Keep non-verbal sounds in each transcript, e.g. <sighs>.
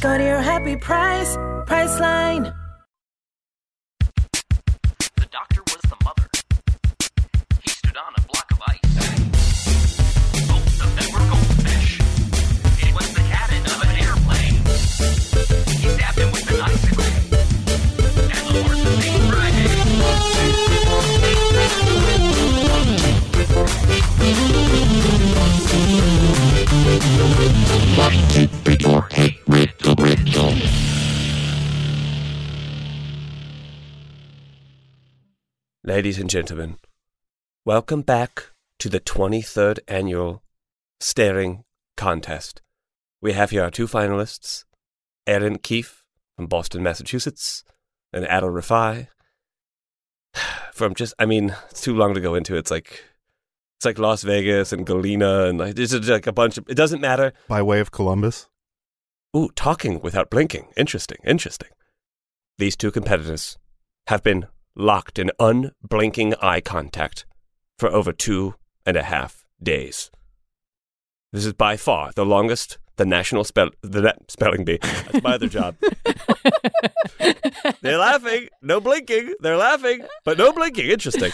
Go to your happy price, Priceline. The doctor was the mother. He stood on a block of ice. Both of them were goldfish. It was the cabin of an airplane. He stabbed him with an icicle. And the horse was named Friday. Ladies and gentlemen, welcome back to the 23rd annual Staring Contest. We have here our two finalists, Erin Keefe from Boston, Massachusetts, and Adil Rafai <sighs> from just, I mean, it's too long to go into. It's like, it's like Las Vegas and Galena and like, this is like a bunch of, it doesn't matter. by way of Columbus. Ooh, talking without blinking. Interesting, interesting. These two competitors have been locked in unblinking eye contact for over two and a half days. This is by far the longest the national spell the na- spelling bee. That's my other job. They're laughing, no blinking. They're laughing, but no blinking. Interesting.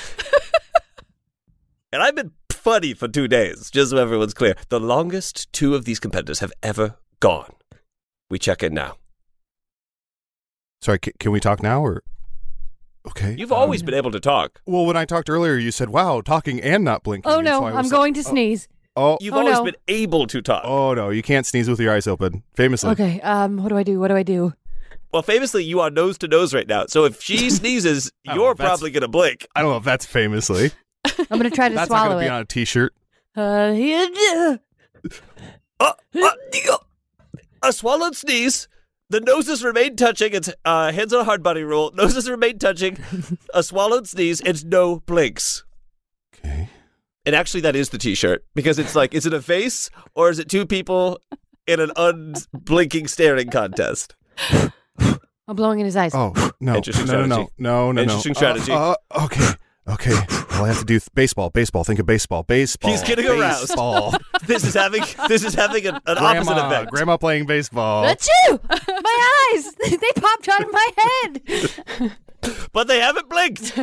And I've been funny for two days, just so everyone's clear. The longest two of these competitors have ever gone. We check in now. Sorry, c- can we talk now or? Okay. You've always been able to talk. well, when I talked earlier, you said, "Wow, talking and not blinking." Oh and no, so I I'm was going to like, sneeze. Oh, You've Oh, always no. been able to talk. oh no, you can't sneeze with your eyes open. Famously. okay, um, what do I do? What do I do? Well, famously, you are nose to nose right now. So if <laughs> she sneezes, Oh, you're that's- probably going to blink. I don't know if that's famously. I'm gonna try to that's not swallow going to it. be on a T-shirt. <laughs> Uh, yeah, Uh, uh, ew. a swallowed sneeze. The noses remain touching. It's uh, hands on a hard body rule. Noses remain touching. a swallowed sneeze. It's no blinks. Okay. And actually, that is the T-shirt because it's like, is it a face or is it two people in an unblinking staring contest? I'm blowing in his eyes. Oh no, no, Interesting no, no, no, strategy. no, no. Interesting Uh, strategy. Uh, okay, okay. Well, I have to do th- baseball. Baseball. Think of baseball. Baseball. He's getting aroused. <laughs> Baseball. This is having this is having an, an opposite grandma, effect. grandma playing baseball. Achoo! <laughs> my eyes! they popped out of my <laughs> head. but they haven't blinked.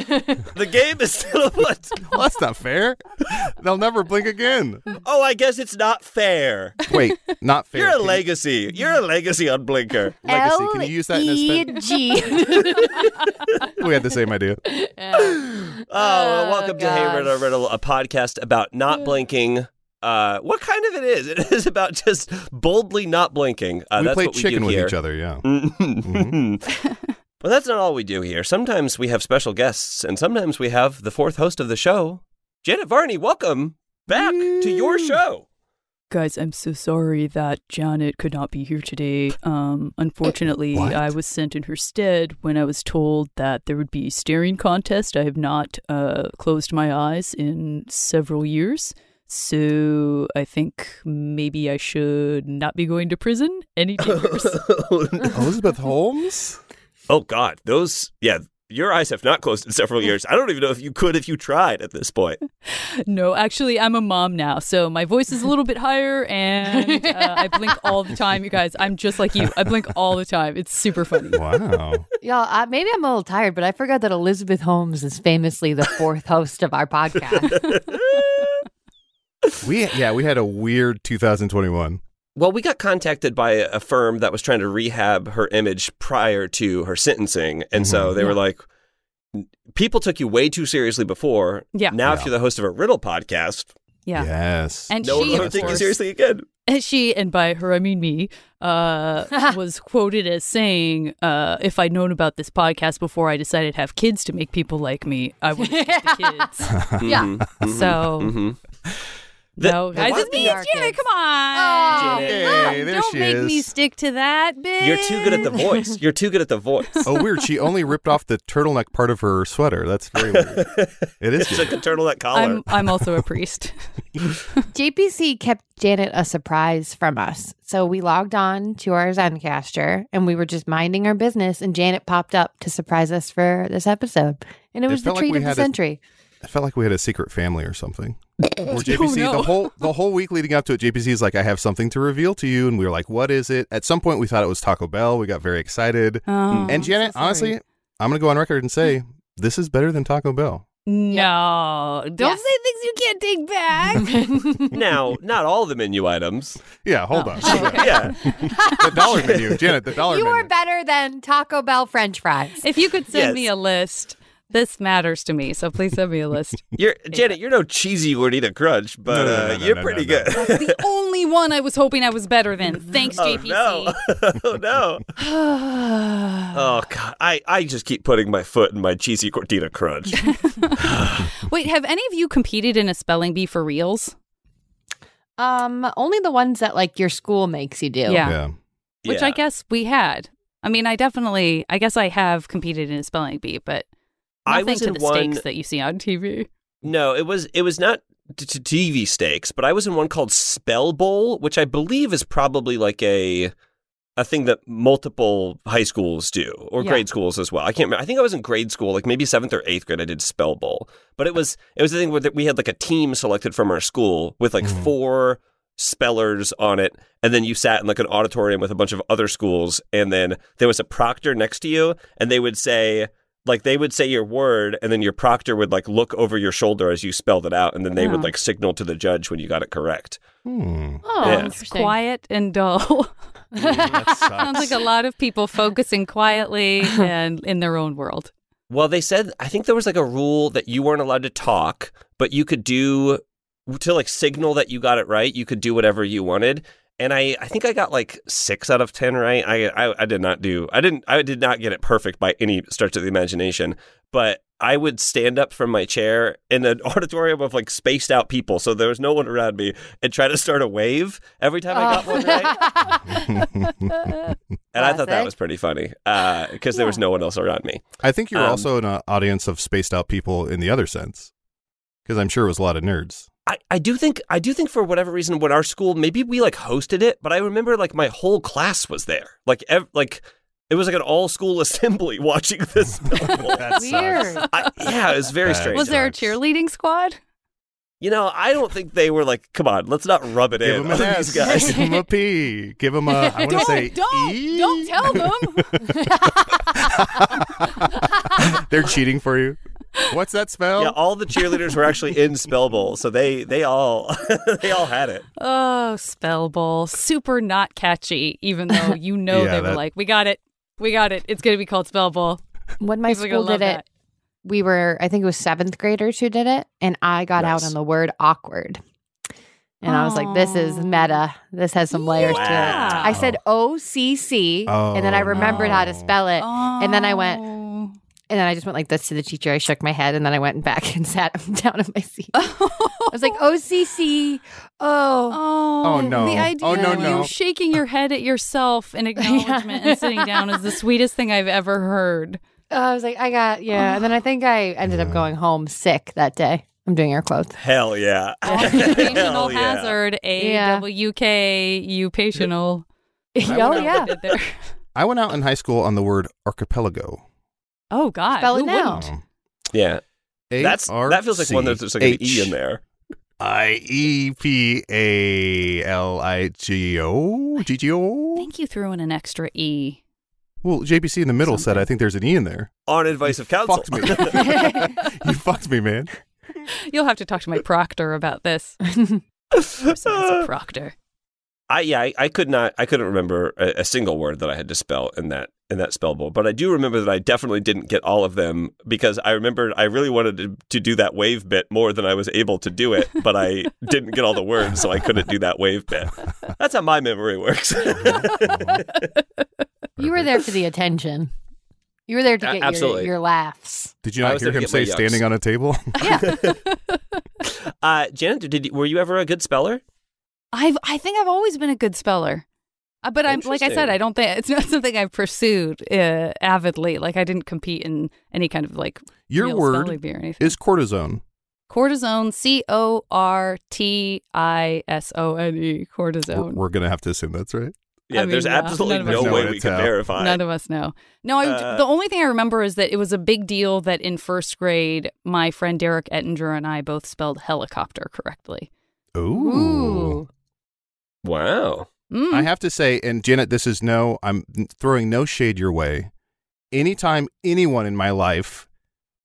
the game is still afoot. Well, that's not fair. <laughs> They'll never blink again. Oh, I guess it's not fair. Wait, not <laughs> fair. You're a Can you- legacy. You're a legacy on Blinker. Legacy. Can you use that in a E spin? L-E-G. We had the same idea. <laughs> Uh, Oh, well, welcome to Hey gosh. Riddle Riddle, a podcast about not blinking. Uh, what kind of it is? <laughs> It is about just boldly not blinking. Uh, we that's played what we chicken do with here. Mm. each other, yeah. But that's not all we do here. Sometimes we have special guests, and sometimes we have the fourth host of the show, Janet Varney. Welcome back to your show. Guys, I'm so sorry that Janet could not be here today. Um, unfortunately, What? I was sent in her stead when I was told that there would be staring contest. I have not uh, closed my eyes in several years, so I think maybe I should not be going to prison any day. Elizabeth Holmes? Oh God, those yeah, your eyes have not closed in <laughs> several years. I don't even know if you could if you tried at this point. no, actually, I'm a mom now, so my voice is a little bit higher, and uh, I blink all the time. You guys, I'm just like you. I blink all the time. It's super funny. Wow. Y'all, I, maybe I'm a little tired, but I forgot that Elizabeth Holmes is famously the fourth host of <laughs> our podcast. we yeah, we had a weird 2021. Well, we got contacted by a a firm that was trying to rehab her image prior to her sentencing, and so Mm-hmm. they were like, "People took you way too seriously before. Yeah. Now, if Yeah. you're the host of a riddle podcast, Yes. And no she, one will of take you course- seriously again." <laughs> she and by her i mean me uh, <laughs> was quoted as saying uh, if i'd known about this podcast before i decided to have kids to make people like me i would have <laughs> the kids yeah. so mhm. no the guys one it's me Mm-hmm. thing it's our Janet, kids- come on Oh, look, Hey, there Don't she make me is. stick to that, bitch. You're too good at the <laughs> voice. You're too good at the voice. Oh, weird. She only ripped off the turtleneck part of her sweater. That's very weird. <laughs> It is. It's like weird. a turtleneck collar. I'm <laughs> I'm also <laughs> a priest. JPC kept Janet a surprise from us. So we logged on to our Zencaster and we were just minding our business and Janet popped up to surprise us for this episode. And it, It was the felt like treat we of the had a- century. I felt like we had a secret family or <laughs> something. Or JPC, no. <laughs> the whole the whole week leading up to it, JPC is like, I have something to reveal to you, and we were like, What is it? At some point, we thought it was Taco Bell. We got very excited. Oh, and Janet, so honestly, sorry. I'm gonna go on record and <laughs> say this is better than Taco Bell. no, Don't Yes. say things you can't take back. <laughs> now, not all the menu <laughs> items. Yeah, hold Oh. on. Yeah. the <laughs> dollar menu, Janet. The dollar you menu. are better than Taco Bell French fries. If you could send Yes. me a list, this matters to me. So please send me a list. You're Janet, you're no cheesy gordita crunch, but No, no, no, uh, no, you're no, pretty no, no. good. the <laughs> only one I was hoping I was better than. <laughs> Thanks, Oh JPC. no. <laughs> oh <sighs> no. Oh god. I, I just keep putting my foot in my cheesy gordita crunch. <laughs> Wait, have any of you competed in a spelling bee for reals? um, only the ones that like your school makes you do. Yeah. Yeah. <laughs> Which I guess we had. I mean, I definitely, I guess I have competed in a spelling bee, but I nothing was to in the one stakes that you see on TV. No, it was it was not t- t- TV stakes, but I was in one called Spell Bowl, which I believe is probably like a a thing that multiple high schools do or Yeah. grade schools as well. I can't remember. I think I was in grade school, like maybe seventh or eighth grade. I did Spell Bowl, but it was it was a thing where that we had like a team selected from our school with like Mhm. four spellers on it and then you sat in like an auditorium with a bunch of other schools and then there was a proctor next to you and they would say like they would say your word and then your proctor would like look over your shoulder as you spelled it out and then they Oh. would like signal to the judge when you got it correct Hmm. Oh, Yeah. It's interesting. quiet and <laughs> dull. <laughs> Sounds like a lot of people focusing <laughs> quietly and in their own world. well they said i think there was like a rule that you weren't allowed to talk but you could do to like signal that you got it right you could do whatever you wanted and I, I think I got like six out of ten right. I, I I did not do I didn't I did not get it perfect by any stretch of the imagination. But I would stand up from my chair in an <laughs> auditorium of like spaced out people, so there was no one around me, and try to start a wave every time I got Oh. <laughs> one right. <laughs> And I thought that Classic. was pretty funny because there was no one else around me. I think you're Um, also in an audience of spaced out people in the other sense, because I'm sure it was a lot of nerds. I, I do think I do think for whatever reason when our school maybe we like hosted it, but I remember like my whole class was there. Like ev- like it was like an all school <laughs> assembly watching <laughs> this. Weird. I, yeah, it was very That strange. Was there a Sucks. cheerleading squad? You know, I don't think they were like, come on, let's not rub it Give in him on an these S. <laughs> Give guys. him a P. Give him a. I want to say don't, E. don't tell them. <laughs> They're cheating for you. What's that spell? yeah, all the cheerleaders were actually in Spell Bowl, so they they all <laughs> they all had it. Oh, spell bowl. Super not catchy, even though <laughs> you know Yeah, they were that- like, we got it. We got it. It's going to be called spell bowl. when my People are gonna school did love it, that. we were I think it was seventh graders who did it, and I got out Nice. on the word awkward. And I was like, this is Aw. meta. This has some layers to it. Wow. I said O C C and then I Oh, remembered how to no. spell it. And then I went Oh. and then I just went like this to the teacher. I shook my head and then I went back <laughs> and sat down in my seat. <laughs> I was like, O C C O. Oh, no. The idea Oh, no, of no. you shaking your head at <laughs> yourself in acknowledgement and sitting down is the sweetest thing I've <laughs> ever heard. Oh, I was like, I got yeah. And then I think I ended up going home sick that day. I'm doing air quotes. Hell <laughs> yeah. Occupational Hell yeah. hazard, Oh, Yeah. A-W-K, <laughs> oh upational. yeah. Did there- I went out in high school on the word archipelago. Um, Oh, God. Spell it Who now. wouldn't? Yeah. That's that feels like one that there's like an E in there. I E P A L I G O G G I O. think you threw in an extra E. Well, JPC in the middle said I think there's an E in there. On advice of counsel. Fucked me. <laughs> you fucked me, man. You'll have to talk to my proctor about this. <laughs> Person has a proctor. I yeah, I, I could not I couldn't remember a, a single word that I had to spell in that in that spell bowl. But I do remember that I definitely didn't get all of them because I remembered I really wanted to, to do that wave bit more than I was able to do it, but I didn't get all the words, so I couldn't do that wave bit. That's how my memory works. You were there for <laughs> the attention. You were there to A- get your- absolutely. your, laughs. Did you I not was hear there him to get my say yucks. standing on a table? uh, Janet, did you, were you ever a good speller? I've I think I've always been a good speller. Uh, But I'm like I said, Interesting. I don't think it's not something I've pursued uh, avidly. Like I didn't compete in any kind of like <laughs> Your real word spelling bee or anything. is cortisone. cortisone, C O R T I S O N E, cortisone. We're, we're gonna have to assume that's right. Yeah, I mean, there's yeah, absolutely none of no us know. way No, we it's can out. verify. None of us know. No, I, Uh, the only thing I remember is that it was a big deal that in first grade, my friend Derek Ettinger and I both spelled helicopter correctly. Ooh. wow. Mm. I have to say, and Janet, this is no, I'm throwing no shade your way. Anytime anyone in my life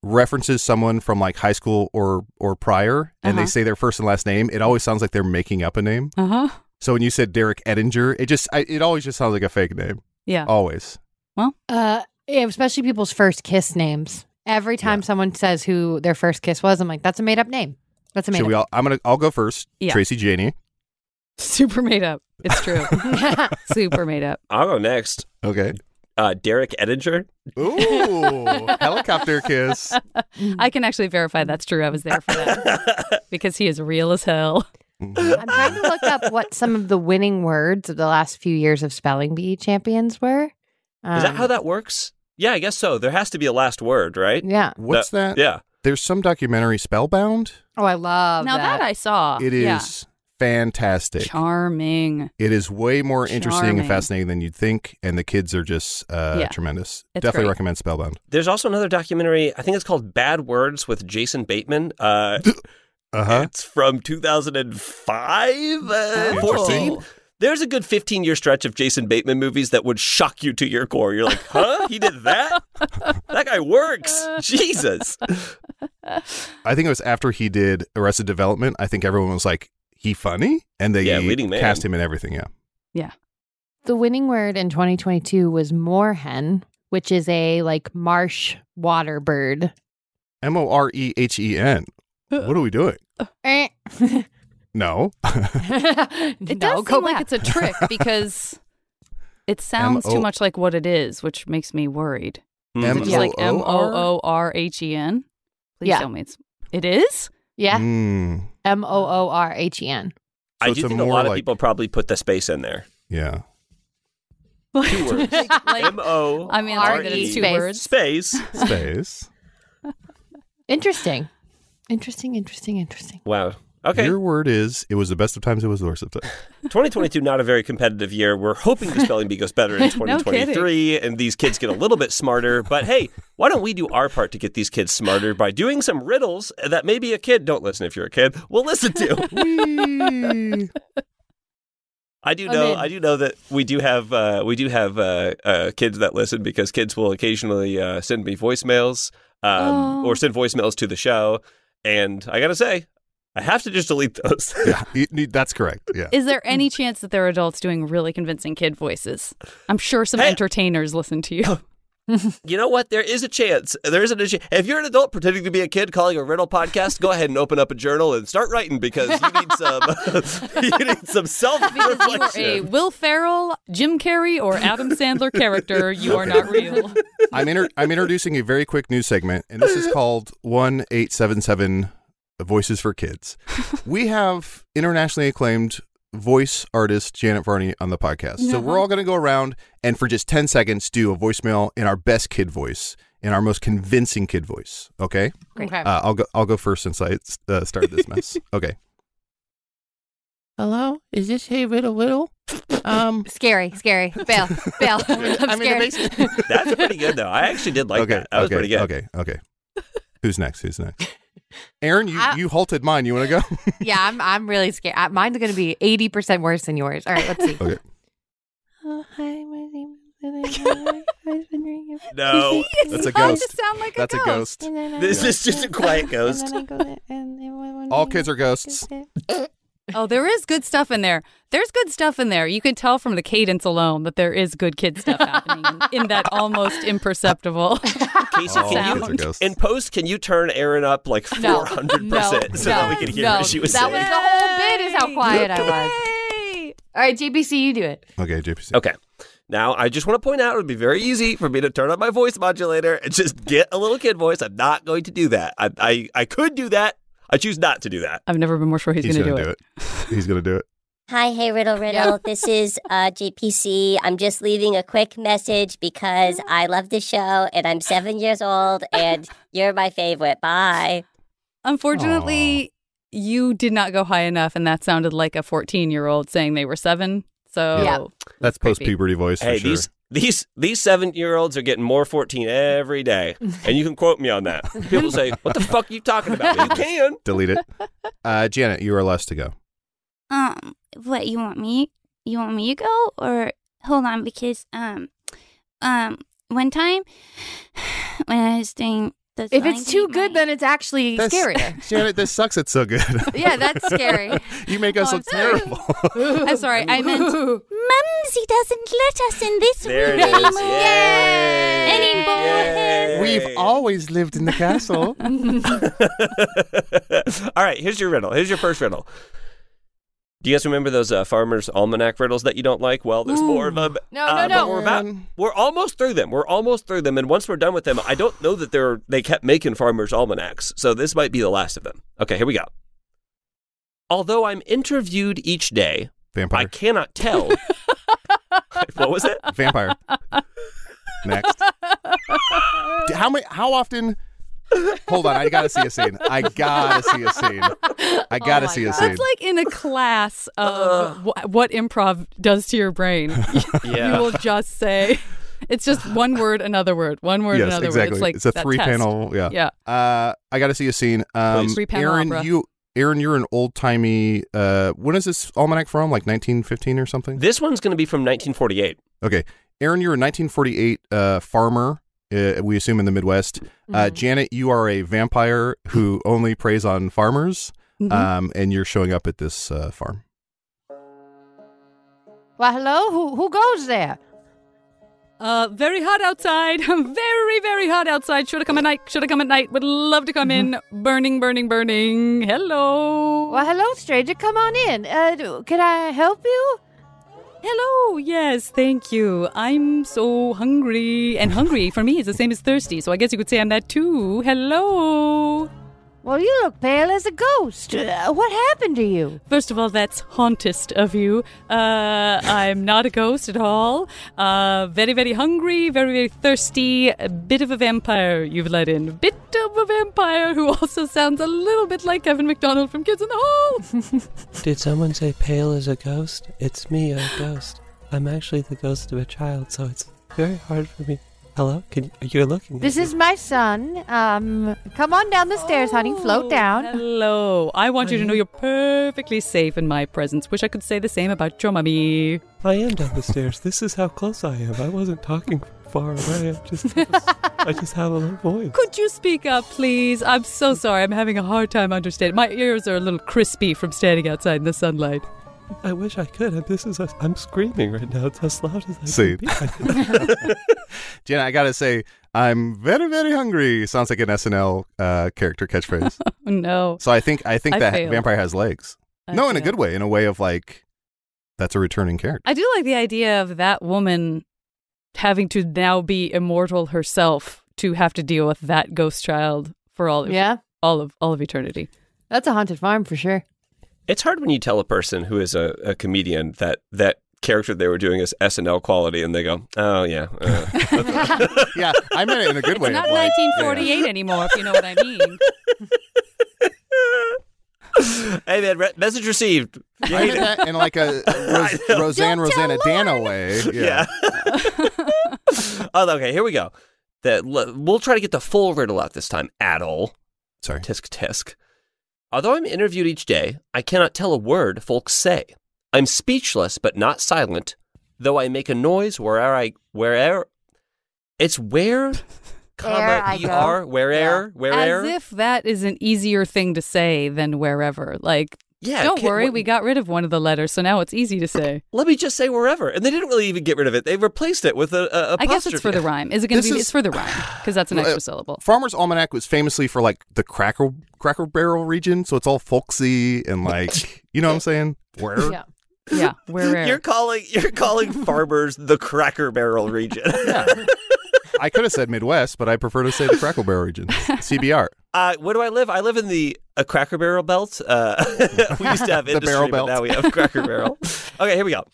references someone from like high school or or prior and they Uh-huh. say their first and last name, it always sounds like they're making up a name. uh huh. So when you said Derek Ettinger, it just I, it always just sounds like a fake name. Yeah. Always. Uh, yeah, especially people's first kiss names. Every time someone says who their first kiss was, I'm like, that's a made up name. That's a made Should we up. all I'm gonna I'll go first. Yeah. Tracy Janie. Super made up. It's <laughs> true. <laughs> Super made up. I'll go next. <laughs> Okay. Uh, Derek Edinger. Ooh. helicopter <laughs> kiss. I can actually verify that's true. I was there for that <laughs> because he is real as hell. Mm-hmm. I'm trying to look up what some of the winning words of the last few years of spelling bee champions were. Is that Um, how that works? Yeah, I guess so. There has to be a last word, right? Yeah. What's that? Yeah. There's some documentary Spellbound. Oh, I love now that. that. I saw. It is Uh, Yeah. fantastic. charming. It is way more interesting Charming. and fascinating than you'd think, and the kids are just uh, Yeah. tremendous. It's Definitely great. recommend Spellbound. There's also another documentary. I think it's called Bad Words with Jason Bateman. Uh, Uh huh. It's from 2005, uh, Interesting. 14. There's a good 15 year stretch of Jason Bateman movies that would shock you to your core. You're like, huh? He did that? that guy works. <laughs> Jesus. I think it was after he did Arrested Development. I think everyone was like, "He funny," and they Yeah, leading man. cast him in everything. Yeah. The winning word in 2022 was moorhen, which is a like marsh water bird. M O R E H E N. What are we doing? Eh. <laughs> No. It No, does go seem like back. it's a <laughs> trick because it sounds M O- too much like what it is, which makes me worried. Is it Mhm. just like M O M-O-O-R? O R H E N? Please Yeah. tell me it's it is. yeah. Mm, M O O R H E N. I So do it's a think a more lot of like- people probably put the space in there. <laughs> yeah. Two words. Like, M O. I mean, R like that it's two E Space. words. Space. Space. Interesting. Interesting, interesting, interesting. Wow. Okay. Your word is it was the best of times. It was the worst of times. 2022, not a very competitive year. We're hoping the spelling bee goes <laughs> better in 2023 and these kids get a little bit smarter. But hey, why don't we do our part to get these kids smarter by doing some riddles that maybe a kid, don't listen if you're a kid, will listen to. Whee! I do I'm know, in. I do know that we do have, uh, we do have uh, uh, kids that listen because kids will occasionally uh, send me voicemails um, Oh. or send voicemails to the show. And I got to say, I have to just delete those. <laughs> yeah, <laughs> you need- that's correct. Yeah. Is there any chance that there are adults doing really convincing kid voices? I'm sure some Hey. entertainers listen to you. You know what? There is a chance. There is an issue. If you're an adult pretending to be a kid calling a riddle podcast, go ahead and open up a journal and start writing because you need some <laughs> you need some self Because you are <laughs> a reflection. Will Ferrell, Jim Carrey, or Adam Sandler character. You are not real. I'm inter- I'm introducing a very quick news segment, and this <laughs> is called one eight seven seven Voices for Kids. We have internationally acclaimed voice artist Janet Varney on the podcast, so we're Uh-huh. all going to go around and for just ten seconds do a voicemail in our best kid voice, in our most convincing kid voice. Okay, Okay. uh, I'll go I'll go first since I uh, started this <laughs> mess. Okay, Hello? Is this Hey Riddle Riddle? Um, Scary, <laughs> scary. Fail, fail. I'm, I'm in the scared. basement. That's pretty <laughs> good though. I actually did like okay, that. That was okay, pretty good. okay, <laughs> okay. Who's next? Who's next? Aaron, you, I- you halted mine. You want to go? yeah, I'm, I'm really scared. Uh, Mine's going to be 80% worse than yours. All right, <laughs> let's see. Okay. Oh, hi, my name is Lily. I was wondering if. <laughs> No. That's a Not to ghost. sound like That's a ghost. And then I This go is just a there, quiet And ghost. then I go there, <laughs> and then one- one All day kids are ghosts. is there- <laughs> Oh, there is good stuff in there. There's good stuff in there. You can tell from the cadence alone that there is good kid stuff happening in that <laughs> almost imperceptible. Casey, All can kids you are ghosts. in post can you turn Aaron up like No, four hundred percent so that we can hear no, what she was that saying? was the whole bit is how quiet I was. All right, JBC, you do it. Okay, JPC. Okay. Now, I just want to point out it would be very easy for me to turn on my voice modulator and <laughs> just get a little kid voice. I'm not going to do that. I, I, I could do that. I choose not to do that. I've never been more sure he's, He's going to gonna do it. do it. He's gonna do it. Hi, hey, Riddle Riddle. <laughs> This is uh, JPC. I'm just leaving a quick message because I love the show and I'm seven years old <laughs> and you're my favorite. Bye. Unfortunately, you did not go high enough, and that sounded like a 14 year old saying they were seven. So That's post puberty voice. Hey, for sure. these these these seven year olds are getting more fourteen every day, and you can quote me on that. People say, "What the fuck are you talking about?" you can. Delete <laughs> it. Uh, Janet, you are last to go. Um, what you want me? You want me to go or hold on? Because um, um, one time <sighs> when I was doing the <laughs> If <laughs> it's too good, then it's actually That's- <laughs> scarier. Janet, this sucks. It's so <laughs> good. Yeah, that's scary. <laughs> you make us look terrible. <laughs> I'm sorry. I meant <laughs> Mumsy doesn't let us in <laughs> this There it room is. anymore. We've always lived in the <laughs> castle. <laughs> All right, here's your riddle. Here's your first riddle. Do you guys remember those uh, farmers' almanac riddles that you don't like? Well, there's more of them. No, uh, but no, no. Mm. We're, about, we're almost through them. We're almost through them, and once we're done with them, I don't know that they're they kept making farmers' almanacs, so this might be the last of them. Okay, here we go. Although I'm interviewed each day, Vampire. I cannot <laughs> tell. what was it? Vampire. Next. <laughs> D- How many? How often? Hold on, I gotta see a scene. I gotta see a scene. I gotta see a scene. Oh That's like in a class of wh- what improv does to <laughs> your brain. Yeah. You will just say, it's just one word, another word, one word, yes, another exactly. word. It's like a that three test. panel. Yeah. Yeah. Uh, I gotta see a scene. Um, Please. Three-panel Aaron, opera. you, Aaron, you're an old timey. Uh, when is this almanac from? Like 1915 or something? This one's going to be from 1948. Okay, Aaron, you're a 1948 uh, farmer. Uh, we assume in the Midwest. Uh, Mm-hmm. Janet, you are a vampire who only preys on farmers, Mm-hmm. Mhm. um, and you're showing up at this uh, farm. Well, hello. Who who goes there? Uh, very hot outside. <laughs> very, very hot outside. Should have come at night. Should have come at night. Would love to come in. Burning, burning, burning. Hello. Well, hello, stranger. Come on in. Uh, do- can I help you? Hello. Yes, thank you. I'm so hungry. And hungry for me is the same as thirsty. So I guess you could say I'm that too. Hello. Well, you look pale as a ghost. Uh, what happened to you? First of all, that's hauntest of you. Uh, I'm not a ghost at all. Uh, very, very hungry, very, very thirsty. A bit of a vampire you've let in. A bit of a vampire who <laughs> also sounds a little bit like Kevin McDonald from Kids in the Hall. Did someone say pale as a ghost? It's me, a ghost. I'm actually the ghost of a child, so it's very hard for me. Hello? Can you're looking? at This me. is my son. Um, come on down the stairs, Oh, honey. Float down. Hello. I want you to know you're perfectly safe in my presence. Wish I could say the same about your mummy. I am down the stairs. This is how close I am. I wasn't talking far away. I just, I just have a low voice. Could you speak up, please? I'm so sorry. I'm having a hard time understanding. My ears are a little crispy from standing outside in the sunlight. I wish I could. I'm- This is. A, I'm screaming right now. It's as loud as I See. can be. <laughs> <laughs> Janet, I gotta say, I'm very, very hungry. Sounds like an SNL uh, character <laughs> catchphrase. Oh, No. so I think I think I that failed. vampire has legs. I no, in a failed. good way. In a way of like, that's a returning character. I do like the idea of that woman having to now be immortal herself to have to deal with that ghost child for all of Yeah. all of all of eternity. That's a haunted farm for sure. It's hard when you tell a person who is a, a comedian that that character they were doing is SNL quality, and they go, "Oh yeah." uh." yeah, I meant it in a good way. It's not of like- 1948 anymore, if you know what I mean. <laughs> hey man, re- message <laughs> received. Yeah. I did that in like a <laughs> Ros- Roseanne Rosanna Dana way. Yeah. oh, okay. Here we go. The, l- we'll try to get the full riddle out this time. Adol. Sorry. Tisk tisk. Although I'm interviewed each day, I cannot tell a word folks say. I'm speechless but not silent, though I make a noise wherever I wherever. It's <laughs> where, Where comma I e go. r wherever wherever. As if that is an easier thing to say than wherever. Like, Yeah, don't can- worry, what- we got rid of one of the letters, so now it's easy to say. Let me just say wherever, and they didn't really even get rid of it. They replaced it with a, a I guess it's for apostrophe. the rhyme. Is it going to This be? is- It's for the rhyme because that's an Well, uh, extra syllable. Farmer's Almanac was famously for like the cracker cracker barrel region, so it's all folksy and <laughs> like you know what I'm saying? Where? Yeah. Yeah. Where? You're calling you're <laughs> calling farmers the Cracker Barrel region. <laughs> I could have said Midwest, but I prefer to say the cracker barrel region. CBR. Uh, where do I live? I live in the a Cracker Barrel belt. Uh, <laughs> we used to have <laughs> The industry, barrel but belt. now we have <laughs> Cracker Barrel. Okay, here we go.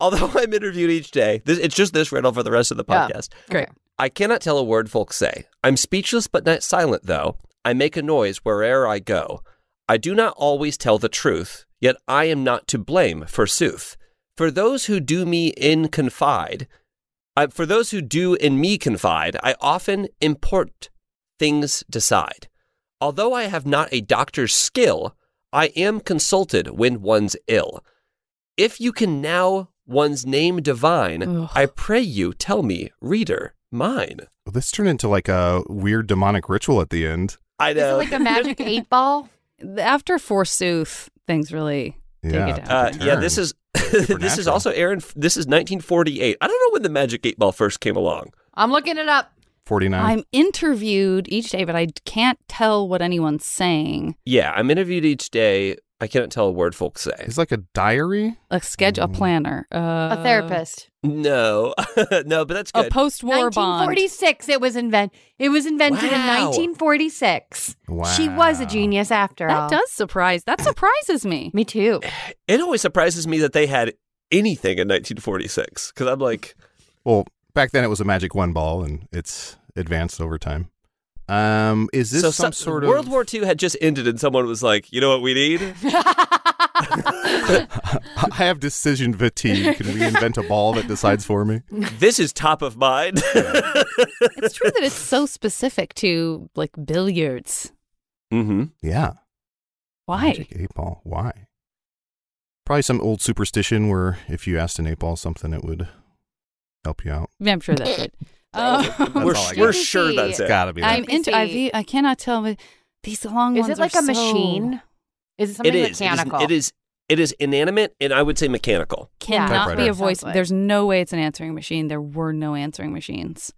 Although <laughs> I'm interviewed each day, this, it's just this riddle for the rest of the Yeah. podcast. Great. I cannot tell a word folk say. I'm speechless but not silent, though. I make a noise where'er I go. I do not always tell the truth, yet I am not to blame, forsooth. For those who do me in confide, I, for those who do in me confide, I often import things decide. Although I have not a doctor's skill, I am consulted when one's ill. If you can now one's name divine, I pray you tell me, reader, mine. Well, this turned into like a weird demonic ritual at the end. I Is it like a <laughs> magic eight ball? After forsooth, things really Yeah, take it down. Uh, yeah, this is <laughs> this is Supernatural. also Aaron. This is 1948. I don't know when the magic eight ball first came along. I'm looking it up. 49. I'm interviewed each day, but I can't tell what anyone's saying. Yeah, I'm interviewed each day. I cannot tell a word folks say. It's like a diary. A schedule, a planner, uh, a therapist. No, <laughs> no, but that's a good. post-war bond. 1946. It was invent. It was invented in Wow. 1946. She was a genius after all. That does surprise. That surprises me. Me too. it always surprises me that they had anything in 1946 because I'm like, Well, back then it was a magic one ball, and it's advanced over time. Um, is this so some sort of World War II had just ended, and someone was like, you know what we need? <laughs> I have decision fatigue. Can we invent a ball that decides for me? this is top of <laughs> mind. It's true that it's so specific to like billiards. mm-hmm. Yeah. Why? Magic eight ball. Why? Probably some old superstition where if you asked an eight ball something, it would help you out. Yeah, I'm sure <laughs> that's it. Uh, That's We're, all I got. we're sure that's It's it. gotta be that. <laughs> I'm into. I, I cannot tell. but These long Is ones it like are a so- machine? Is It it something is. It is. mechanical? It is. It is inanimate, and I would say mechanical. Yeah. Cannot be Typewriter. a voice. Sounds like- There's no way it's an answering machine. There were no answering machines.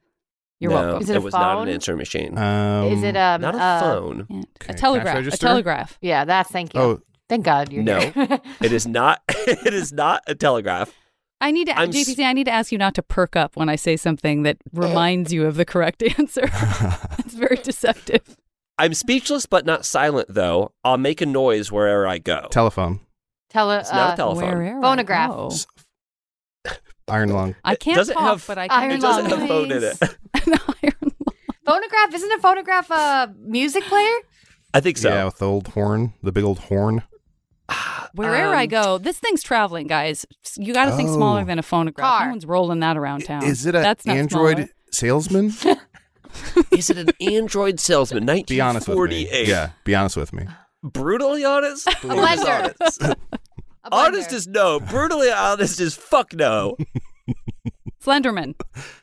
You're no, welcome. Is it a was not phone? an answering machine. Um, Is it um, not a uh, phone. Yeah. Okay, A cash telegraph. A register? telegraph. Yeah, that's thank you. Oh. Thank God you're No. here. <laughs> It is not. <laughs> It is not a telegraph. I need to, I'm s- JPC, I need to ask you not to perk up when I say <laughs> something that reminds you of the correct <laughs> <laughs> answer. It's very deceptive. I'm speechless, but not silent. Though I'll make a noise wherever I go. telephone, Tele- It's not a uh, telephone. Wherever I Phonograph. go. iron lung. I It can't doesn't talk, <laughs> have- but I Iron can it doesn't lung. have phone in it. An iron lung. phonograph. Isn't a phonograph a music player? <laughs> I think <laughs> so. Yeah, with the old horn, the big old horn. Wherever I Um, go, this thing's traveling, guys. You got to think Oh. smaller than a phonograph. Car. No one's rolling that around town. Is it an That's not Android smaller. <laughs> salesman? Is it an Android salesman? Be honest with me. 1948. Yeah, be honest with me. Brutally honest. <laughs> A Or just blender. honest? A Honest blender. is no. Brutally honest is fuck no. <laughs> Slenderman.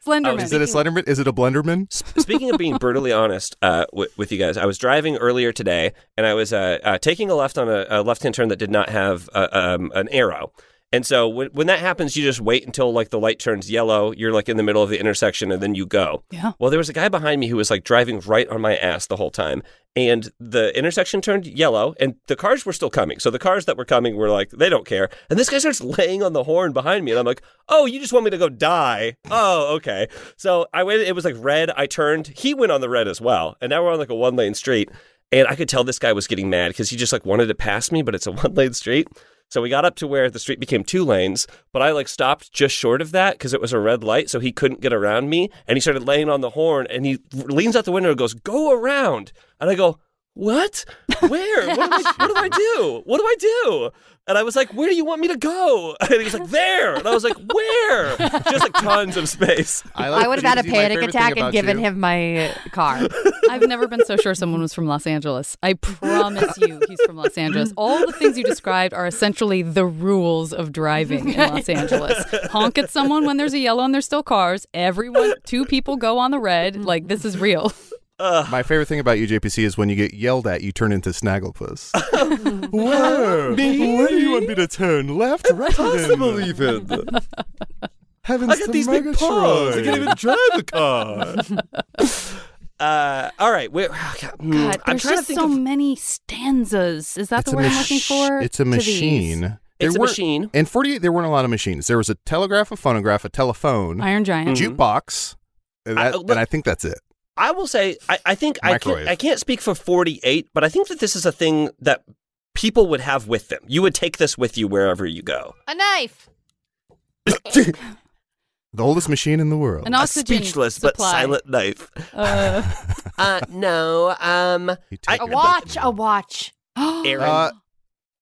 Slenderman. Is it a Slenderman? Is it a Blenderman? S- Speaking of being brutally honest uh, wi- with you guys, I was driving earlier today, and I was uh, uh, taking a left on a, a left-hand turn that did not have uh, um, an arrow. And so when, when that happens, you just wait until like the light turns yellow. You're like in the middle of the intersection, and then you go. Yeah. Well, there was a guy behind me who was like driving right on my ass the whole time, and the intersection turned yellow, and the cars were still coming. So the cars that were coming were like they don't care, and this guy starts <laughs> laying on the horn behind me, and I'm like, oh, you just want me to go die? Oh, okay. So I waited. It was like red. I turned. He went on the red as well, and now we're on like a one lane street, and I could tell this guy was getting mad because he just like wanted to pass me, but it's a <laughs> one lane street. So we got up to where the street became two lanes, but I like stopped just short of that because it was a red light, so he couldn't get around me. And he started laying on the horn, and he leans out the window and goes, "Go around," and I go. What? Where? What do, I, what do I do? What do I do? And I was like, "Where do you want me to go?" <laughs> And he was like, "There." And I was like, "Where?" Just like tons of space. I would have had a This is my panic favorite thing attack and about given you. him my car. I've never been so sure someone was from Los Angeles. I promise you, he's from Los Angeles. All the things you described are essentially the rules of driving in Los Angeles. Honk at someone when there's a yellow and there's still cars. Everyone, two people go on the red. Like this is real. <laughs> My favorite thing about you, JPC, is when you get yelled at, you turn into Snagglepuss. <laughs> Whoa! Where do you want me to turn? Left, right, Possible even. Heavens I got these big paws. I can't even drive a <laughs> car. <laughs> uh, all right. Wait, <laughs> God, I'm there's trying to just think so of. many stanzas. Is that It's a the word I'm mach- looking for? It's a to these? machine. There It's a weren't- machine. In 48, there weren't a lot of machines. There was a telegraph, a phonograph, a telephone, Iron Giant. jukebox, and, I- that, uh, look- and I think that's it. I will say, I, I think I can't, Microwave. I can't speak for 48, but I think that this is a thing that people would have with them. You would take this with you wherever you go. A knife. The oldest machine in the world. An oxygen a speechless but supply. silent <laughs> knife. <laughs> Uh, uh no. Um, <laughs> a your- watch. A watch. Oh. Aaron, Uh,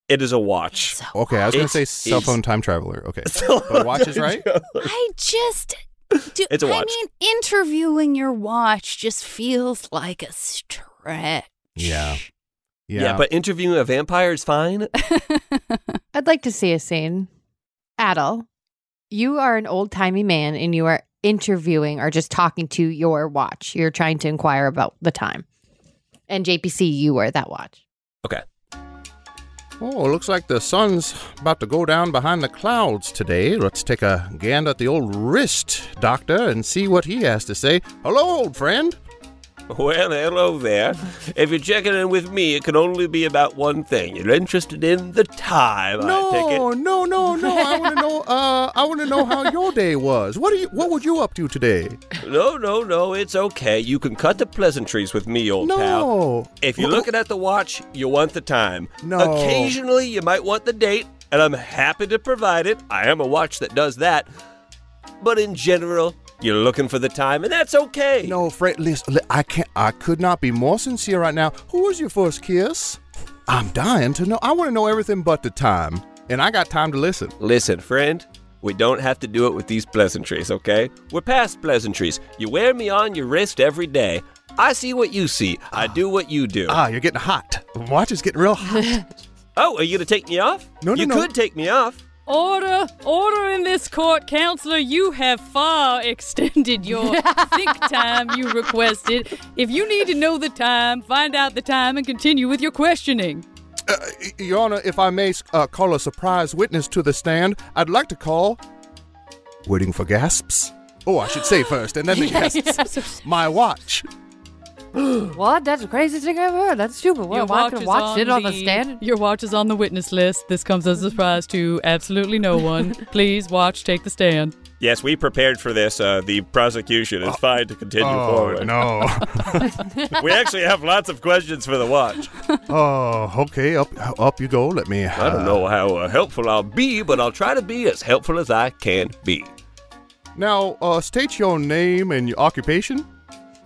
it is a watch. Okay, I was going to say It's- cell phone time traveler. <laughs> Okay. But watch is right? I just. Do, It's a I watch. mean, interviewing your watch just feels like a stretch. Yeah. Yeah. but interviewing a vampire is <laughs> fine. I'd like to see a scene. Adel, you are an old timey man and you are interviewing or just talking to your watch. You're trying to inquire about the time. And JPC, you are that watch. Okay. Oh, looks like the sun's about to go down behind the clouds today. Let's take a gander at the old wrist doctor and see what he has to say. Hello, old friend. Well, hello there. If you're checking in with me, it can only be about one thing. You're interested in the time, I take it. No, no, no, no. I want <laughs> to know. Uh, I want to know how your day was. What are you? What were you up to today? No, no, no, it's okay. You can cut the pleasantries with me, old No. pal. If you're looking at the watch, you want the time. No. Occasionally, you might want the date, and I'm happy to provide it. I am a watch that does that. But in general, you're looking for the time, and that's okay. No, Fred. Listen, li- I can't. I could not be more sincere right now. Who was your first kiss? I'm dying to know. I want to know everything but the time, and I got time to listen. Listen, friend, we don't have to do it with these pleasantries, okay? We're past pleasantries. You wear me on your wrist every day. I see what you see. I do what you do. Ah, you're getting hot. The watch is getting real <laughs> hot. Oh, are you gonna take me off? No, no, You no. could take me off. Order, order in this court, counselor. You have far <laughs> extended your think time you requested. If you need to know the time, find out the time and continue with your questioning. Uh, Your Honor, if I may uh, call a surprise witness to the stand, I'd like to call. Waiting for gasps? Oh, I should say first, and then <laughs> the gasps. My watch. what? That's the craziest thing I've heard. That's stupid. What? Why could is watch it on the <laughs> stand? Your watch is on the witness list. This comes as a surprise to absolutely <laughs> no one. Please watch, take the stand. Yes, we prepared for this. Uh, the prosecution is fine to continue oh, forward. <laughs> no. we actually have lots of questions for the watch. oh, okay. Up, up you go. Let me. I don't uh, know how uh, helpful I'll be, but I'll try to be as helpful as I can be. Now, uh, state your name and your occupation.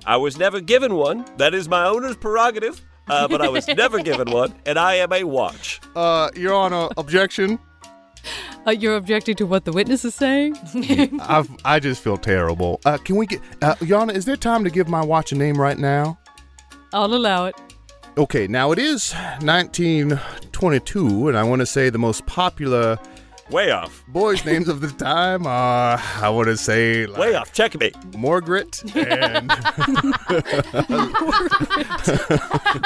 I was never given one. That is my owner's prerogative. Uh, but I was <laughs> never given one, and I am a watch. Uh, Your Honor, objection. Uh, you're objecting to what the witness is <laughs> saying? I've, I just feel terrible. Uh, can we get. Uh, Your Honor, is there time to give my watch a name right now? I'll allow it. Okay, now it is 1922, and I want to say the most popular Way off. boys' names of the time are, I want to say, like, Way off. Checkmate. Margaret <laughs> and.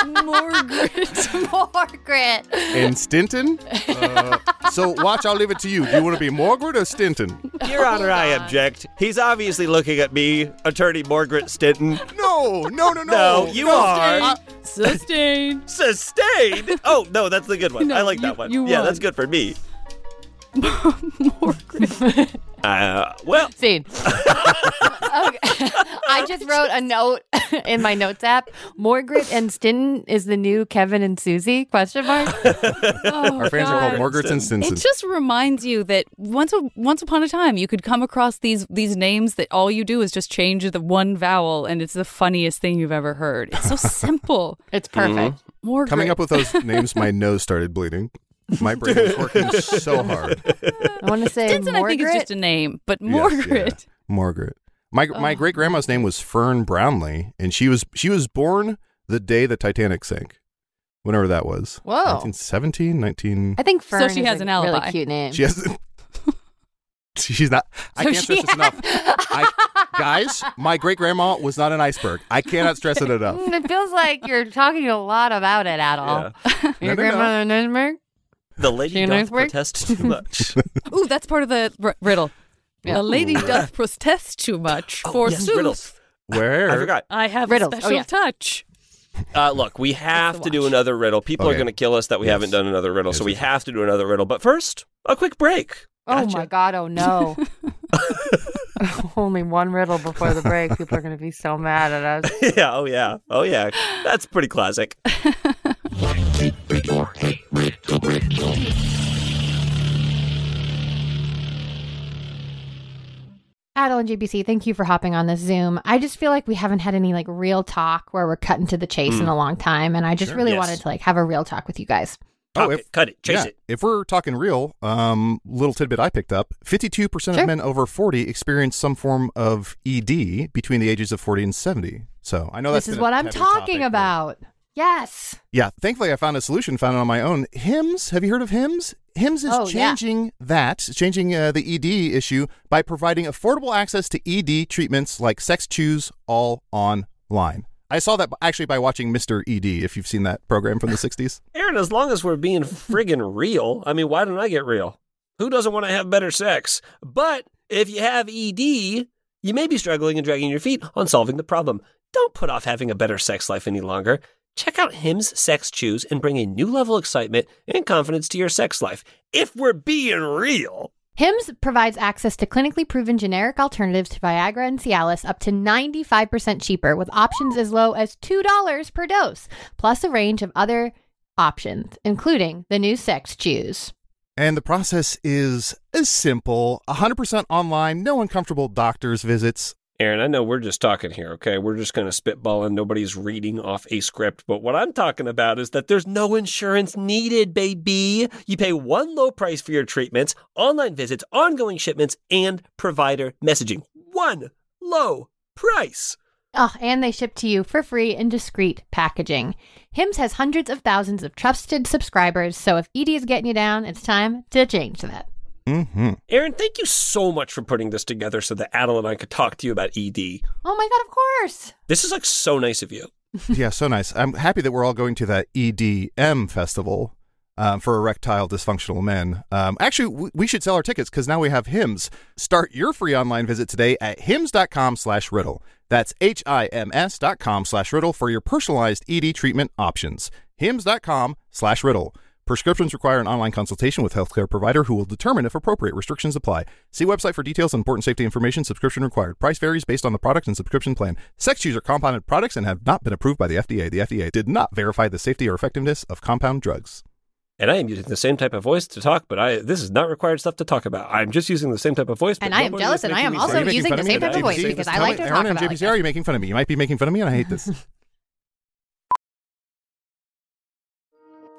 Margaret. Margaret. and Stinton. Uh, so, watch, I'll leave it to you. Do you want to be Margaret or Stinton? Your Honor, I object. He's obviously looking at me, Attorney Margaret Stinton. No, no, no, no. No, you are. Sustained. Sustained. Oh no, that's the good one. <laughs> No, I like you- that one. you yeah, won. that's good for <laughs> me. <laughs> Uh, well, Scene. <laughs> okay. I just wrote a note <laughs> in my notes app. Margaret and Stinton is the new Kevin and Susie? Question mark. Our fans are called Margaret and Stinson. It just reminds you that once a, once upon a time you could come across these these names that all you do is just change the one vowel and it's the funniest thing you've ever heard. It's so simple. it's perfect. Margaret. Coming up with those names, my nose started bleeding. My brain was working so hard. <laughs> I want to say Stinson, I think, is just a name, but Margaret. Margaret. My Oh. my great grandma's name was Fern Brownlee, and she was she was born the day the Titanic sank, whenever that was. Whoa. 1917, 19. I think Fern So she is a has an alibi. really cute name. She has. She's not. I So can't stress she this enough. <laughs> I, guys, my great grandma was not an iceberg. I cannot stress it enough. Mm, <laughs> It feels like you're talking a lot about it at all. Your No, no, no. grandmother no. the lady She knows doth work. protest too much. Ooh, that's part of the r- riddle. Yeah. The lady Ooh. doth protest too much, <laughs> Oh, forsooth. yes, riddles. Where? I forgot. I have Riddles. a Oh, special yeah. touch. Uh, look, we have to do another riddle. People Okay. are going to kill us that we Yes. haven't done another riddle, so Yes, we yes. have <laughs> to do another riddle. But first, a quick break. Oh my god, oh no. Only one riddle before the break. People are going to be so mad at us. yeah, oh yeah. Oh yeah. That's pretty classic. Adel and JBC, thank you for hopping on this Zoom. I just feel like we haven't had any like real talk where we're cutting to the chase Mm. in a long time, and I just Sure. really Yes. wanted to like have a real talk with you guys. oh, if, cut it, chase yeah, it. If we're talking real, um, little tidbit I picked up: fifty-two percent Sure. of men over forty experience some form of ED between the ages of forty and seventy. So I know Oh, that's this is been a what I'm taboo talking topic. about. Yes. Yeah, thankfully I found a solution. Found it on my own. Hims. Have you heard of Hims? Hims is Oh, yeah. changing that. It's changing uh, the ED issue by providing affordable access to ED treatments like sex choose all online. I saw that b- actually by watching Mr. ED. If you've seen that <laughs> program from the '60s. Aaron, as long as we're being friggin' real, I mean, why don't I get real? Who doesn't want to have better sex? But if you have ED, you may be struggling and dragging your feet on solving the problem. Don't put off having a better sex life any longer. Check out Hims Sex Choose and bring a new level of excitement and confidence to your sex life. If we're being real. Hims provides access to clinically proven generic alternatives to Viagra and Cialis up to 95% cheaper with options as low as $2 per dose, plus a range of other options, including the new sex choose. And the process is as simple 100% online, no uncomfortable doctor's visits. Aaron, I know we're just talking here, okay? We're just going to spitball and nobody's reading off a script. But what I'm talking about is that there's no insurance needed, baby. You pay one low price for your treatments, online visits, ongoing shipments, and provider messaging. One low price. Oh, and they ship to you for free in discreet packaging. Hims has hundreds of thousands of trusted subscribers, so if ED is getting you down, it's time to change that. Mm-hmm. Aaron, thank you so much for putting this together so that Adel and I could talk to you about ED. Oh my god, of course. This is like so nice of you. yeah, so nice. I'm happy that we're all going to that EDM festival um, for erectile dysfunctional men. Um, actually, w- we should sell our tickets because now we have hymns. Start your free online visit today at hymns.com slash riddle. That's H-I-M-S dot com slash riddle for your personalized ED treatment options. hymns.com slash riddle. Prescriptions require an online consultation with healthcare provider who will determine if appropriate restrictions apply. See website for details on important safety information. Subscription required. Price varies based on the product and subscription plan. Sex chews are compounded products and have not been approved by the FDA. The FDA did not verify the safety or effectiveness of compound drugs. And I am using the same type of voice to talk, but I this is not required stuff to talk about. I'm just using the same type of voice. but And I am nobody jealous is and I making am me also funny. using the same type of voice because I like to talk Aaron and about it like JPC, are you making fun of me? You might be making fun of me, and I <laughs> hate this.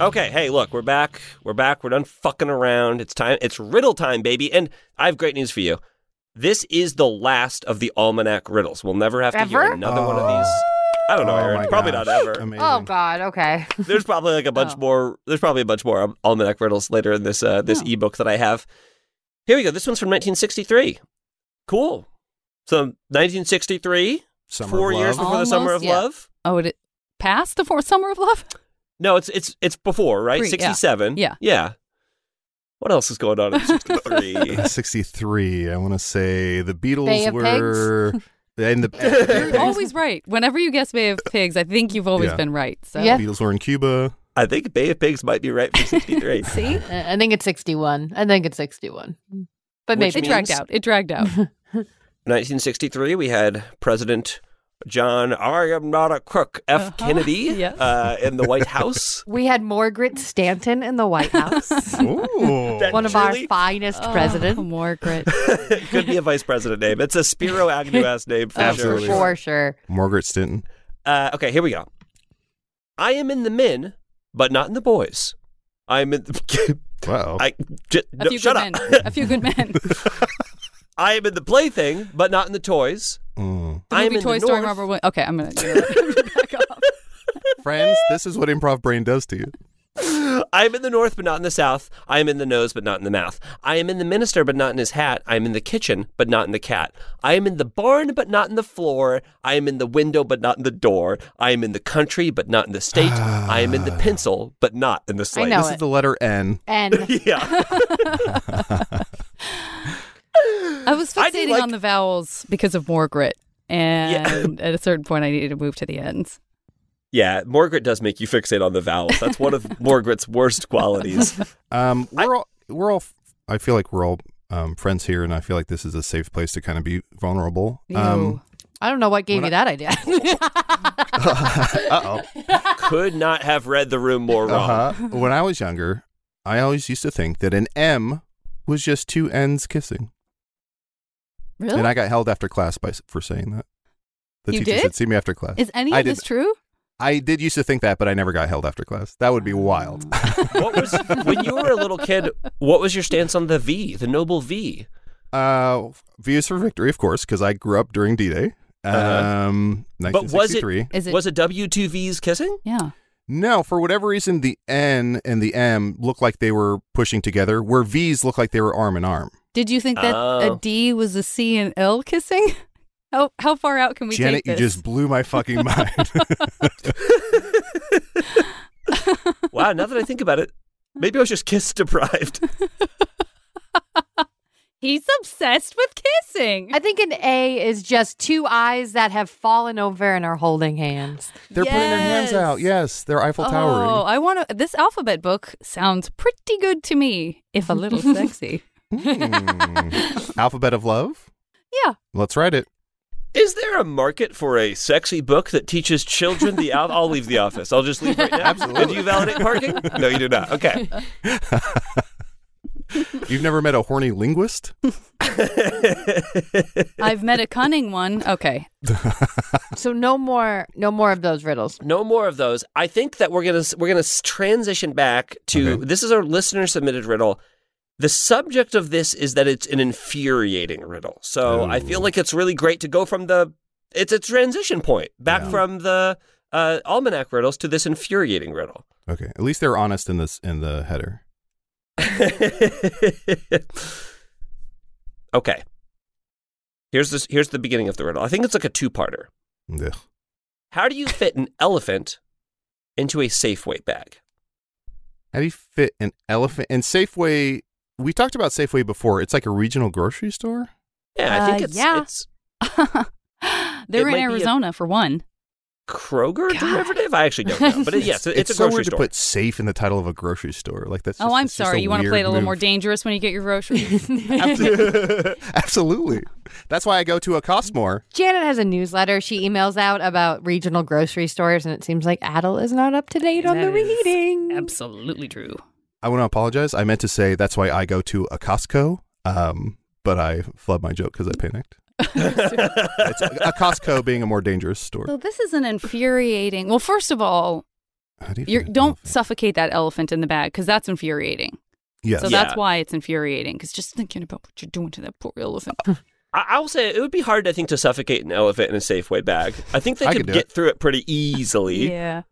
Okay, hey, look, we're back. We're back. We're done fucking around. It's time. It's riddle time, baby. And I have great news for you. This is the last of the almanac riddles. We'll never have to hear Ever? another one of these. I don't know, Oh my Aaron. Probably gosh. not ever. Oh god, okay. There's probably like a bunch Oh. more. There's probably a bunch more al- almanac riddles later in this uh, Oh. this ebook that I have. Here we go. This one's from 1963. Cool. So 1963, Summer four of years Love. before the Summer of Almost, yeah. Love. Oh, did it pass the fourth summer of love? No, it's it's it's before, right? Three, yeah. Sixty-seven. Yeah. Yeah. What else is <laughs> going on in sixty-three? 63. I want to say the Bay Beatles of were. <laughs> And the You're Oh, always right. Whenever you guess Bay of Pigs, I think you've always Yeah. been right. So Beatles were <laughs> in Cuba. I think Bay of Pigs might be right for sixty-three. See? I think it's 61. I think it's 61. But Which maybe It dragged means- out. it dragged <laughs> out. 1963, we had President John I am not a crook F. Kennedy Uh-huh. <laughs> Yes. uh, in the White House. We had Margaret Stanton in the White House. <laughs> That One of our really finest <laughs> Oh, presidents. Margaret. <laughs> could be a vice president name. It's a Spiro Agnew ass name for sure. Absolutely. For sure. Margaret Stinton. Uh, okay, here we go. I am in the men, but not in the boys. I am in the. <laughs> wow. I, j- A no, few shut good up. men. A few <laughs> good men. I am in the plaything, but not in the toys. The I am movie in Toy the Story north. <laughs> Robert Williams. Okay, I'm gonna. you know what? Friends, this is what improv brain does to you. I am in the north, but not in the south. I am in the nose, but not in the mouth. I am in the minister, but not in his hat. I am in the kitchen, but not in the cat. I am in the barn, but not in the floor. I am in the window, but not in the door. I am in the country, but not in the state. I am in the pencil, but not in the slate. know this is it. the letter N. And <laughs> <laughs> yeah. I was I do fixating like- on the vowels because of Margaret, and at a certain point, I needed to move to the ends. Yeah, Margaret does make you fixate on the vowels. That's one of Margaret's worst qualities. Um, we're all we're all. I feel like we're all um, friends here, and I feel like this is a safe place to kind of be vulnerable. <laughs> Um, <laughs> I don't know what gave you that idea. uh oh. Could not have read the room more wrong. Uh-huh. When I was younger, I always used to think that an M was just two N's kissing, Really? and I got held after class by for saying that. The You teacher did? said, "See me after class." Is any I of this did- true? I did used to think that, but I never got held after class. That Ah. would be wild. What was when you were a little kid? What was your stance on the V, the noble V? Uh, V is for victory, of course, because I grew up during D-Day. Uh-huh. Um, But was it, 1963. was it W two V's kissing? Yeah. No, for whatever reason, the N and the M looked like they were pushing together, where V's looked like they were arm in arm. Did you think that Oh. a D was a C and L kissing? <laughs> How how far out can we Janet, take you this? just blew my fucking <laughs> mind. <laughs> Wow. Now that I think about it, maybe I was just kiss deprived. He's obsessed with kissing. I think an A is just two eyes that have fallen over and are holding hands. They're putting their hands out. Yes, they're Eiffel Towering. Oh, I want to. This alphabet book sounds pretty good to me, if a little sexy. Hmm. <laughs> Alphabet of Love? Yeah. Let's write it. Is there a market for a sexy book that teaches children the? Al- I'll leave the office. I'll just leave right now. <laughs> Absolutely. Do you validate parking? No, you do not. Okay. You've never met a horny linguist? <laughs> I've met a cunning one. Okay. so no more, no more of those riddles. No more of those. I think that we're gonna we're gonna s- transition back to this is our listener submitted riddle. The subject of this is that it's an infuriating riddle. So I feel like it's really great to go from the it's a transition point back from the uh, almanac riddles to this infuriating riddle. <laughs> Okay. At least they're honest in this in the header. Okay. Here's this here's the beginning of the riddle. I think it's like a two-parter. Ugh. How do you fit an elephant into a Safeway bag? How do you fit an elephant and Safeway? We talked about Safeway before. It's like a regional grocery store. Yeah, I Uh, think it's yeah. it's They're It in might be a- Arizona for one. Kroger derivative. I actually don't know, <laughs> but it, yes, it's, a so grocery weird store. to put safe in the title of a grocery store. Like that's. Just, oh, I'm it's just sorry. You want to play it weird a little more move. dangerous when you get <laughs> your groceries? <laughs> <laughs> Absolutely. That's why I go to a Costmore. <laughs> Janet has a newsletter she emails out about regional grocery stores, and it seems like Adel is not up to date on the That is reading. Absolutely true. I want to apologize. I meant to say that's why I go to a Costco, um, but I flubbed my joke because I panicked. <laughs> it's ah. a Costco being a more dangerous store. So this is an infuriating. Well, first of all, How do you? you're, don't suffocate that elephant in the bag because that's infuriating. Yes. So Yeah. that's why it's infuriating because just thinking about what you're doing to that poor elephant. I, I will say it would be hard, I think, to suffocate an elephant in a Safeway bag. I think they I could could do get it. through it pretty easily. yeah.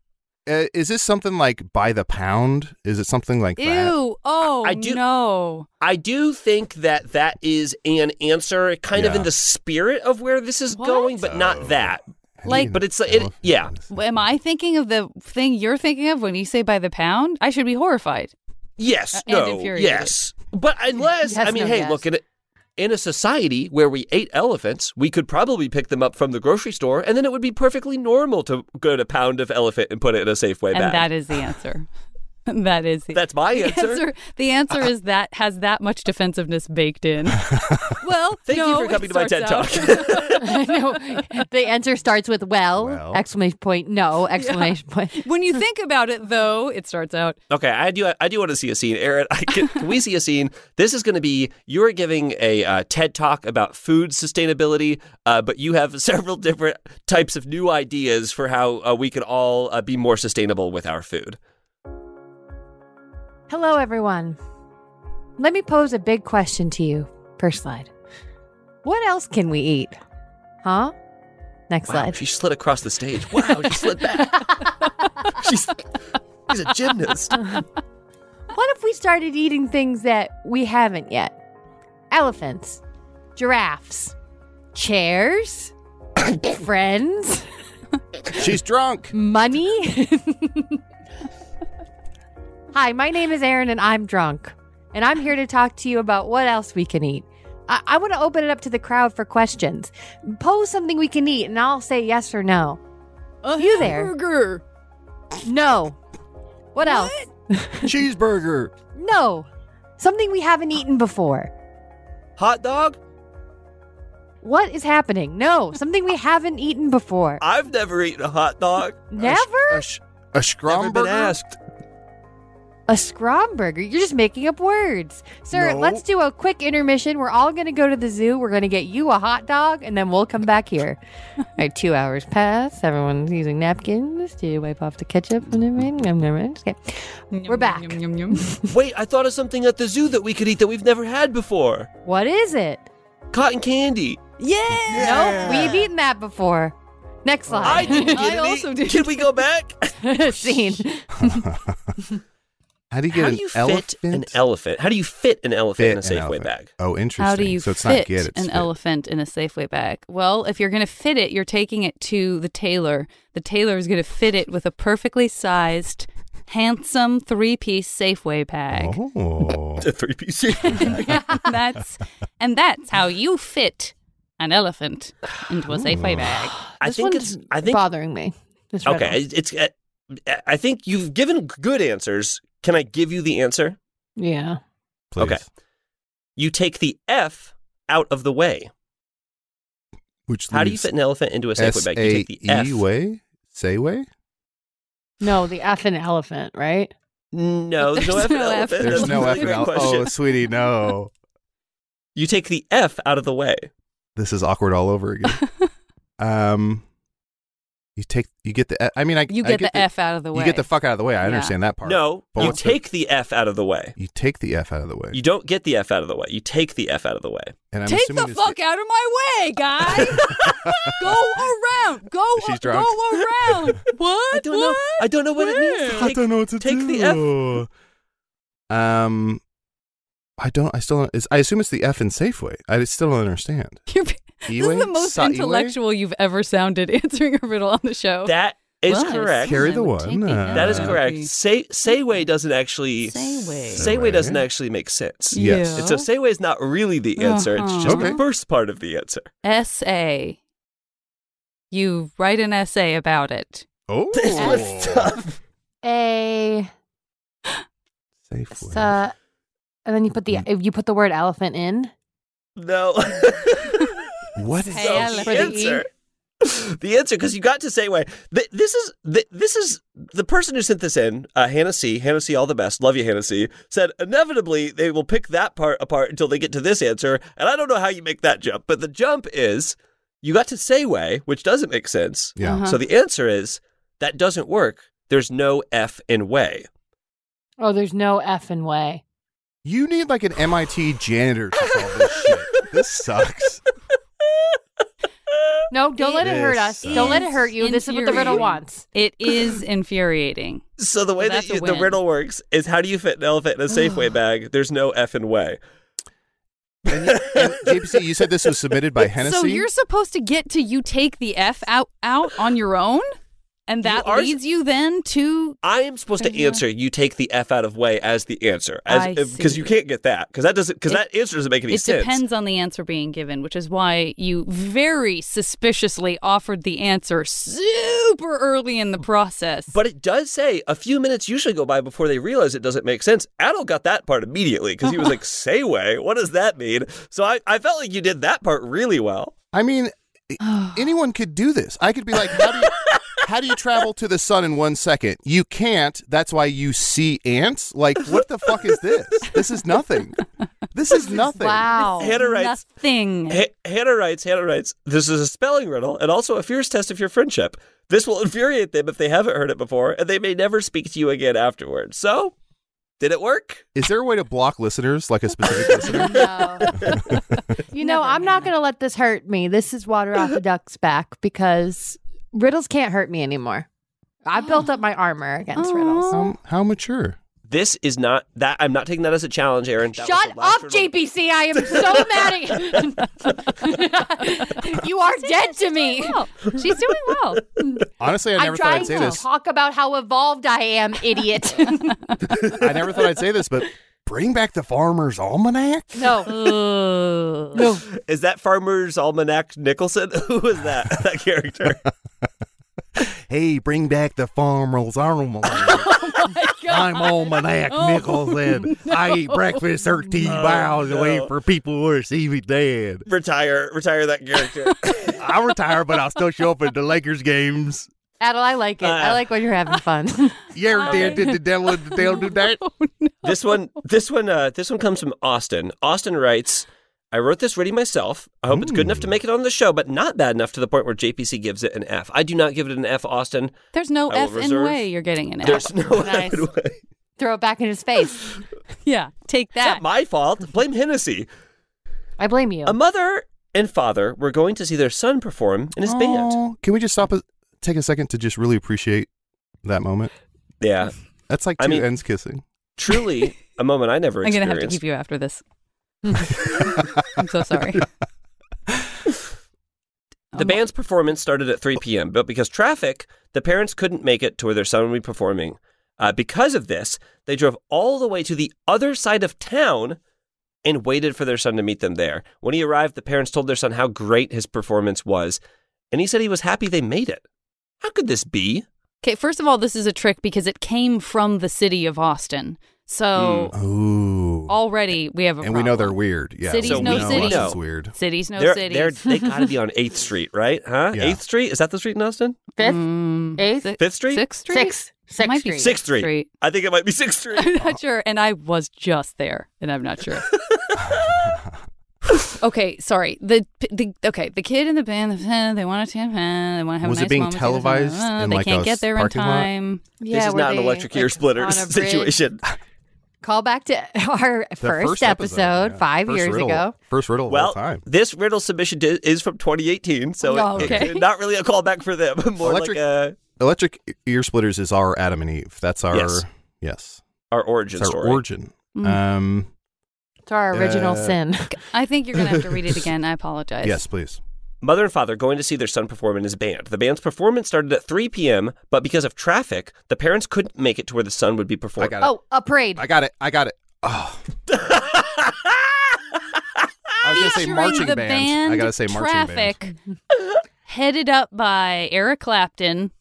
Uh, is this something like by the pound? Is it something like that? Ew. Oh, I do- no. I do think that that is an answer, kind of Yeah. in the spirit of where this is going, but not that. Like- but it's it, yeah. Am I thinking of the thing you're thinking of when you say by the pound? I should be horrified. Yes, And no, Uh, infuriated. yes. But unless, Yes, I mean, no, hey, yes. look, in a, in a society where we ate elephants, we could probably pick them up from the grocery store, and then it would be perfectly normal to go to pound of elephant and put it in a Safeway and bag. that is the answer. <laughs> that is the That's my <laughs> the answer. The answer is that has that much defensiveness <laughs> baked in. well, Thank you no, for it coming to my TED starts out- <laughs> Talk. I know. The answer starts with well, Well. exclamation point, no, exclamation point. when you think about it, though, it starts out. Okay, I do. I do want to see a scene, Aaron. I can, can we see a scene? This is going to be you are giving a uh, TED talk about food sustainability, uh, but you have <laughs> several different types of new ideas for how uh, we can all uh, be more sustainable with our food. Hello, everyone. Let me pose a big question to you. First slide. What else can we eat? Huh? Next Wow, slide. she slid across the stage. Wow, she slid back. she's, she's a gymnast. What if we started eating things that we haven't yet? Elephants, giraffes, <coughs> chairs, friends. She's drunk. Money. Hi, my name is Aaron, and I'm drunk. And I'm here to talk to you about what else we can eat. I, I want to open it up to the crowd for questions. Pose something we can eat, and I'll say yes or no. A you there? hamburger. No. What else? Cheeseburger. No. Something we haven't eaten before. Hot dog? What is happening? No, something we haven't eaten before. I've never eaten a hot dog. Never? A scrum Never been burger? asked. A scrum burger? You're just making up words. Sir, No. let's do a quick intermission. We're all going to go to the zoo. We're going to get you a hot dog, and then we'll come back <laughs> here. all right, two hours pass. Everyone's using napkins to wipe off the ketchup. Okay. We're back. Wait, I thought of something at the zoo that we could eat that we've never had before. What is it? Cotton candy. Yeah. Yeah. Nope, we've eaten that before. Next slide. <laughs> <laughs> I didn't get any. Can <laughs> we go back? <laughs> Scene. How do you get How an do you elephant? fit an elephant? How do you fit an elephant in a Fit an Safeway elephant. bag? <laughs> Oh, interesting. How do you so it's fit not get it's an fit. elephant in a Safeway bag? Well, if you're going to fit it, you're taking it to the tailor. The tailor is going to fit it with a perfectly sized, handsome three-piece Safeway bag. <laughs> Oh. a three piece. <laughs> that's and that's how you fit an elephant into a Safeway bag. I This think one's it's. I think. bothering me. This riddle. Okay, it's. uh, I think you've given good answers. Can I give you the answer? Yeah. Okay. You take the F out of the way. Which How do you leaves fit an elephant into a Safeway bag? You take the F. S-A-E E way? Say way? No, the F and elephant, right? No, <laughs> there's no F in elephant. <laughs> There's That's no a F really in great elephant. question. Oh, sweetie, <laughs> no. You take the F out of the way. This is awkward all over <laughs> again. um, you take, you get the. I mean, I You I get the F out of the You get way. the fuck out of the way. I Yeah. understand that part. No, But you what's take the F out of the way. the, you take the F out of the way, You don't get the F out of the way. You take the F out of the way. and I'm Take assuming the it's fuck out of my way, <laughs> guy. go around. Go She's drunk. go <laughs> around. What? I don't know. I don't know what it means. to I take- don't know what to take do. the F. Um, I don't. I still. Don't, it's, I assume it's the F in Safeway. I still don't understand. You're, <laughs> this Eway? is the most Sa- Eway? intellectual you've ever sounded <laughs> answering a riddle on the show. That is Well, I correct. assume Carry I the would take one, the uh, that is F. correct. Say Sayway doesn't actually Sayway. Sayway doesn't actually make sense. Yes. And so Sayway is not really the answer. It's just Okay. the first part of the answer. essay. You write an essay about it. <laughs> Oh, <laughs> This was tough. A. Safeway. So, uh, and then you put Hmm. the if you put the word elephant in. No. <laughs> what is Hey, So I the love it. answer? <laughs> The answer, because you got to Sayway. Th- this is th- this is the person who sent this in, uh, Hannah C. Hannah C. All the best, love you, Hannah C. Said inevitably they will pick that part apart until they get to this answer, and I don't know how you make that jump, but the jump is you got to Sayway, which doesn't make sense. Yeah. Uh-huh. So the answer is that doesn't work. There's no F in way. Oh, there's no F and way. You need like an MIT janitor to solve this shit. This <laughs> sucks. No, don't let it hurt us. This Don't let it hurt you. This is what the riddle infuriating. wants. It <clears throat> is infuriating. So the way Well, that that's a you, the win. riddle works is how do you fit an elephant in a Safeway bag? There's no F in way. And JPC, you said this was submitted by Hennessy. So you're supposed to get to you take the F out out on your own, and that are- leads you then to I am supposed to Yeah. answer. You take the F out of way as the answer, as I because see. you can't get that because that doesn't because It- that answer doesn't make any it sense. depends on the answer being given, which is why you very suspiciously offered the answer super early in the process. But it does say a few minutes usually go by before they realize it doesn't make sense. Adel got that part immediately because he was <laughs> like, "Say way, what does that mean?" So I, I felt like you did that part really well. I mean, <sighs> i- anyone could do this. I could be like, how do you, how do you travel to the sun in one second? You can't. That's why you see ants. Like, what the fuck is this? This is nothing. This is nothing. wow, Hannah writes- Oh, nothing. Ha- Hannah writes, Hannah writes, this is a spelling riddle and also a fierce test of your friendship. This will infuriate them if they haven't heard it before, and they may never speak to you again afterward. So, did it work? Is there a way to block listeners, like a specific <laughs> listener? You know, I'm not going to let this <laughs> hurt me. This is water off a duck's back because riddles can't hurt me anymore. I built up my armor against riddles. How, how mature? This is not that. I'm not taking that as a challenge, Aaron. That was Shut the last up, JPC. I am <laughs> so mad at you. <laughs> you are dead to me. She's doing <laughs> well. Honestly, I I'm never thought trying I'd say to this. talk about how evolved I am, <laughs> idiot. <laughs> I never thought I'd say this, but bring back the farmer's almanac. No. no. Is that Farmer's Almanac Nicholson? <laughs> Who is that? That character. Hey, bring back the <laughs> farmer's almanac. I'm almanac Oh, Nicholson. I eat no. breakfast 13 No, miles away no. from people who are seeming dead. Retire, retire that <laughs> character. I retire, but I'll still show up at the Lakers games. Adel, I like it. I Uh, like when you're having fun. <laughs> Yeah, did did the devil and the devil do <laughs> that? This one, this one, uh, this one comes from Austin. Austin writes, "I wrote this ready myself. I hope it's good enough to make it on the show, but not bad enough to the point where JPC gives it an F. I do not give it an F, Austin. There's no I will F in reserve- way you're getting an There's F. <laughs> no Nice. Throw it back in his face. <laughs> yeah, take that. my fault. Blame Hennessy. I blame you. A mother and father were going to see their son perform in his band. Oh, Can we just stop? A, take a second to just really appreciate that moment. Yeah, That's like two I mean- ends <laughs> kissing. truly a moment I never <laughs> I'm going to experienced. have to keep you after this. I'm <laughs> so sorry. <laughs> Oh The band's performance started at 3 p.m., but because traffic, the parents couldn't make it to where their son would be performing. Uh, because of this, they drove all the way to the other side of town and waited for their son to meet them there. When he arrived, the parents told their son how great his performance was, and he said he was happy they made it. How could this be? Okay, first of all, this is a trick because it came from the city of Austin. So Mm. Ooh. already we have a And we know problem. they're weird. Yeah. Cities, we no know cities. Austin's weird. Cities, no They're- cities. they're- they got <laughs> to be on 8th Street, right? Huh? Yeah. 8th Street? Is that the street in Austin? Fifth, eighth, Fifth Street? Sixth Street? Sixth. It might be Sixth, Street. I think it might be 6th Street. I'm not sure. And I was just there, and I'm not <laughs> sure. okay, sorry. The the okay, the kid in the band. uh, They want to uh, they want to have. Was a it nice being moment, televised uh, in, they like, can't a get there in parking lot? time. Yeah, this is were not an they, electric ear like, <laughs> splitters on a bridge? situation. Call back to <laughs> our first, first episode, episode, five First years riddle. ago. First riddle well, of all time. This riddle submission di- is from 2018, so Oh, it- it- okay. not really a callback for them. <laughs> More Electric- like uh, a, Electric e-, ear splitters is our Adam and Eve. That's our Yes. yes. our origin it's our story. origin. Mm. Um, It's our original Uh, sin. I think you're gonna have to read it again. I <laughs> apologize. yes, please. Mother and father going to see their son perform in his band. The band's performance started at 3 p.m., but because of traffic, the parents couldn't make it to where the son would be performing. got Oh, a parade. I got it. I got it. Oh. I was gonna say Featuring marching Ah, the band. I gotta say marching band. <laughs> traffic, headed up by <laughs> Eric Clapton.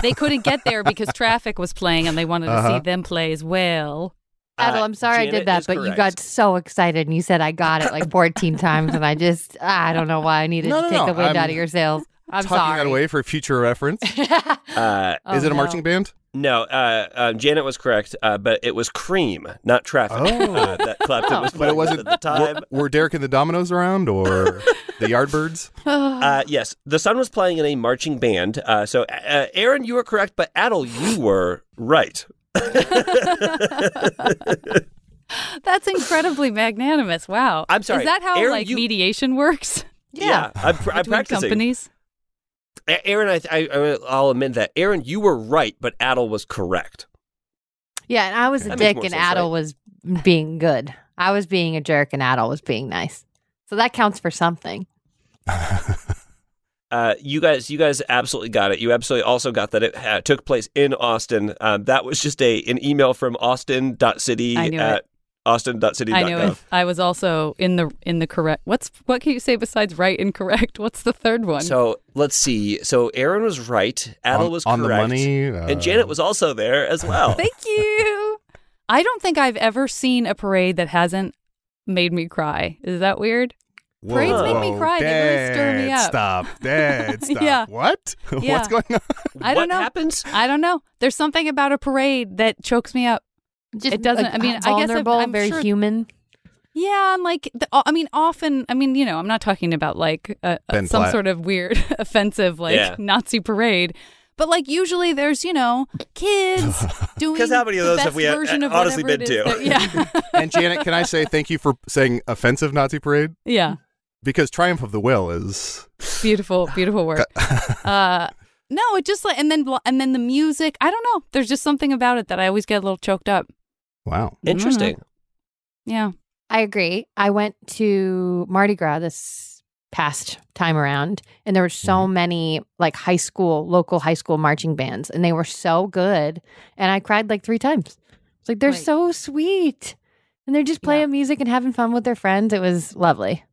they couldn't get there because traffic was playing, and they wanted to Uh-huh. see them play as well. <laughs> Adel, I'm sorry I Janet did that, is but you correct. got so excited and you said I got it like 14 times, and I just <laughs> I don't know why I needed No, to no, take no, the wind I'm out of your sails. I'm Tucking sorry. that away for future <laughs> reference. <laughs> Uh, is it Oh, a no. marching band? no, uh, um, Janet was correct, uh, but it was Cream, not traffic. Oh. uh, <laughs> that Clapton was But it playing wasn't. at the time. Were, were Derek and the Dominoes <laughs> around, or the Yardbirds? Uh, yes, the son was playing in a marching band. Uh, so, uh, Aaron, you were correct, but Adel, <sighs> you were right. That's incredibly magnanimous. Wow. I'm sorry, Is that how Aaron, like you- mediation works? Yeah, I'm, pr- I'm <laughs> between practicing. companies. A- Aaron, I, th- I, I- I'll admit that Aaron, you were right, but Adel was correct. Yeah, and I was a That makes dick, more and sense, Adel right? was being good. I was being a jerk, and Adel was being nice. So that counts for something. Uh, you guys, you guys absolutely got it. You absolutely also got that it uh, took place in Austin. Um, that was just a an email from austin.city I knew at austin.city.gov. I knew it. I was also in the in the correct. What's what can you say besides right and correct? What's the third one? So let's see. So Aaron was right. Adel On- was on correct. the money, uh, and Janet was also there as well. Thank you. I don't think I've ever seen a parade that hasn't made me cry. Is that weird? Parades make me cry. They really stir me Dad, up. Uh, Stop. Dad, stop. <laughs> Yeah. What? <laughs> Yeah. What's going on? I What don't know. happens? I don't know. There's something about a parade that chokes me up. Just It doesn't- like, I mean, I guess I've- vulnerable, I'm very sure- human. Yeah, I'm like, the, I mean, often, I mean, you know, I'm not talking about like uh, uh, Ben some Platt. sort of weird, <laughs> offensive, like Yeah. Nazi parade, but like usually there's, you know, <laughs> kids doing. 'Cause how many of the those have best we, uh, version of honestly whatever been it is to? that- yeah, <laughs> And Janet, can I say thank you for saying offensive Nazi parade? yeah, Because Triumph of the Will is <laughs> beautiful, beautiful work. uh, No, it just like and then bl- and then the music. I don't know. There's just something about it that I always get a little choked up. Wow. Interesting. Yeah. I agree. I went to Mardi Gras this past time around, and there were so many like high school, local high school marching bands, and they were so good. And I cried like three times. It's like they're Right. so sweet. And they're just playing music and having fun with their friends. It was lovely.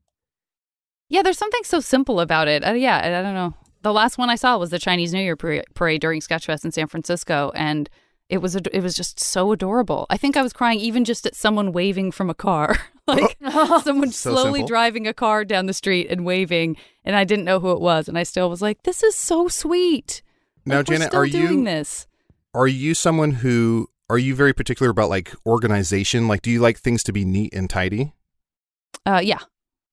Yeah, there's something so simple about it. Uh, yeah, I, I don't know. The last one I saw was the Chinese New Year par- parade during Sketchfest in San Francisco, and it was ad- it was just so adorable. I think I was crying even just at someone waving from a car, <laughs> <laughs> like someone So slowly simple. driving a car down the street and waving, and I didn't know who it was, and I still was like, "This is so sweet." Now, Like, we're Janet, still are doing you- this? Are you someone who are you very particular about like organization? Like, do you like things to be neat and tidy? Uh, yeah.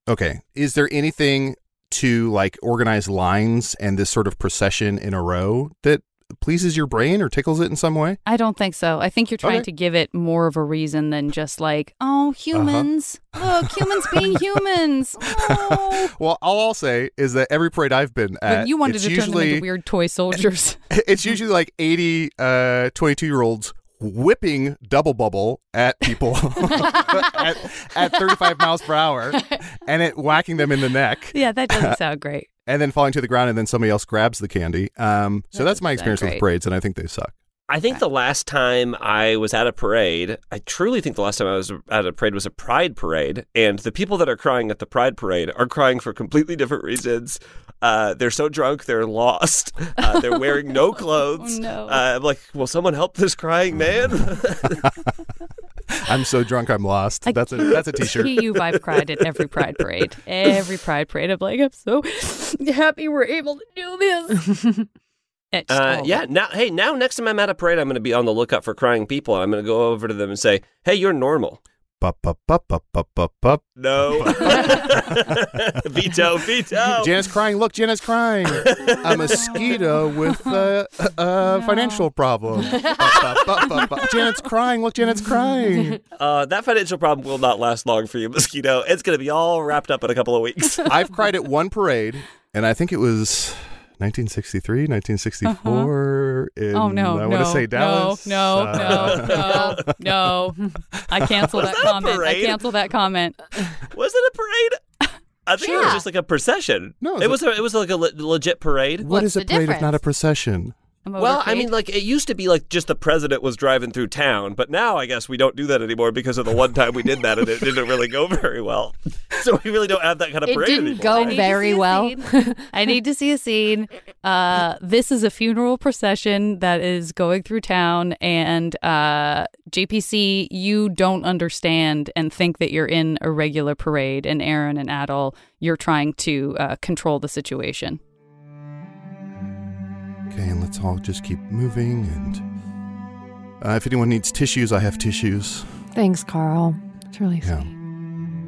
Okay. Is there anything to like organize lines and this sort of procession in a row that pleases your brain or tickles it in some way? <laughs> I don't think so. I think you're trying Okay. Uh-huh. to give it more of a reason than just like, oh, humans. Look, humans <laughs> being humans. Oh." Well, all I'll say is that every parade I've been at, But you wanted it's to turn them usually into weird toy soldiers. it's usually like 80 uh 22 year olds whipping double bubble at people <laughs> at, at 35 miles per hour and it whacking them in the neck <laughs> yeah, that <laughs> doesn't sound great. and then falling to the ground and then somebody else grabs the candy um so that's my sound experience with great. parades and i think they suck I think the last time I was at a parade, I truly think the last time I was at a parade was a pride parade. And the people that are crying at the pride parade are crying for completely different reasons. Uh, they're so drunk, they're lost. Uh, they're wearing no clothes. no. Uh, I'm like, will someone help this crying man? i'm so drunk i'm lost that's a that's a t-shirt Gee, you vibe cried at every pride <laughs> parade. Every pride parade. I'm like, I'm so happy we're able to do <laughs> this. <laughs> It's Uh, all- yeah. Now, hey, now next time I'm at a parade, I'm going to be on the lookout for crying people. I'm going to go over to them and say, "Hey, you're normal." Bup, bup, bup, bup, bup, bup, bup. No. <laughs> veto. Veto. Janet's crying. Look, Janet's crying. A mosquito with a, a, <laughs> a financial problem. Bup, bup, bup, bup, bup. Janet's crying. Look, Janet's crying. Uh, that financial problem will not last long for you, mosquito. It's going to be all wrapped up in a couple of <laughs> weeks. <laughs> I've cried at one parade, and I think it was 1963, 1964. in, Oh no! I no, want to say Dallas. No, <laughs> no, Uh, <laughs> no, no, no! I cancel Was that, that a comment. I parade? cancel that comment. Was it a parade? I think it was just like a procession. No, it was. A, it was like a le- legit parade. What is a parade if not a procession? Well, I mean, like it used to be like just the president was driving through town, but now I guess we don't do that anymore because of the one time we did that and it didn't really go very well. So we really don't have that kind of It parade didn't anymore. go I need to very see a well. <laughs> I need to see a scene. Uh, this is a funeral procession that is going through town, and uh, JPC, you don't understand and think that you're in a regular parade, and Aaron and Adol, you're trying to uh, control the situation. Okay, and let's all just keep moving. And uh, if anyone needs tissues, I have tissues. Thanks, Carl. It's really sweet. Yeah.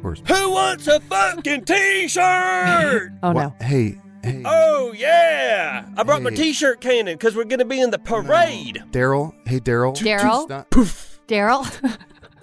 Where's Who wants a fucking <laughs> t-shirt? Oh What- no. Hey, hey, Oh yeah! I brought my Hey. t-shirt cannon because we're gonna be in the parade. Daryl. Hey, Daryl. Daryl? Not- Daryl?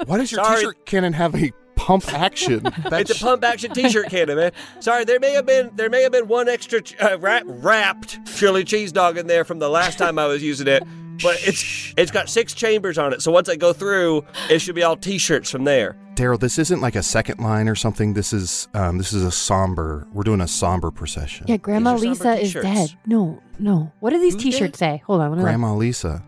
Why does your Sorry. t-shirt cannon have a pump action? <laughs> That It's a pump action T-shirt cannon, man. Sorry, there may have been there may have been one extra ch- uh, wrap, wrapped chili cheese dog in there from the last time I was using it, but it's it's got six chambers on it. So once I go through, it should be all T-shirts from there. Daryl, this isn't like a second line or something. This is um, this is a somber. We're doing a somber procession. Yeah, Grandma These are somber Lisa is t-shirts. dead. No, no. What do these Who t shirts say? Hold on. What do they- Grandma Lisa.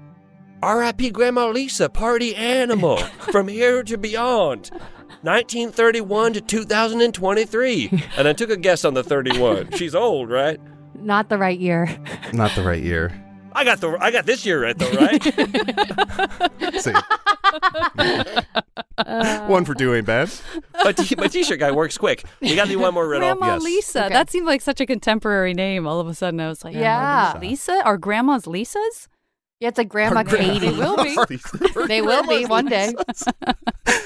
R.I.P. Grandma Lisa, party animal from here to beyond. 1931 to 2023. And I took a guess on the 31. She's old, right? Not the right year. Not the right year. I got the I got this year right though, right? See. One for doing bad. my, t- my t-shirt guy works quick. We got to do one more riddle. Grandma Lisa. That seemed like such a contemporary name. All of a sudden, I was <laughs> like, Yeah. yeah, Lisa. Are grandmas Lisas? Yeah, it's like Grandma <laughs> Katie. <laughs> They will be. They will be one day. <laughs>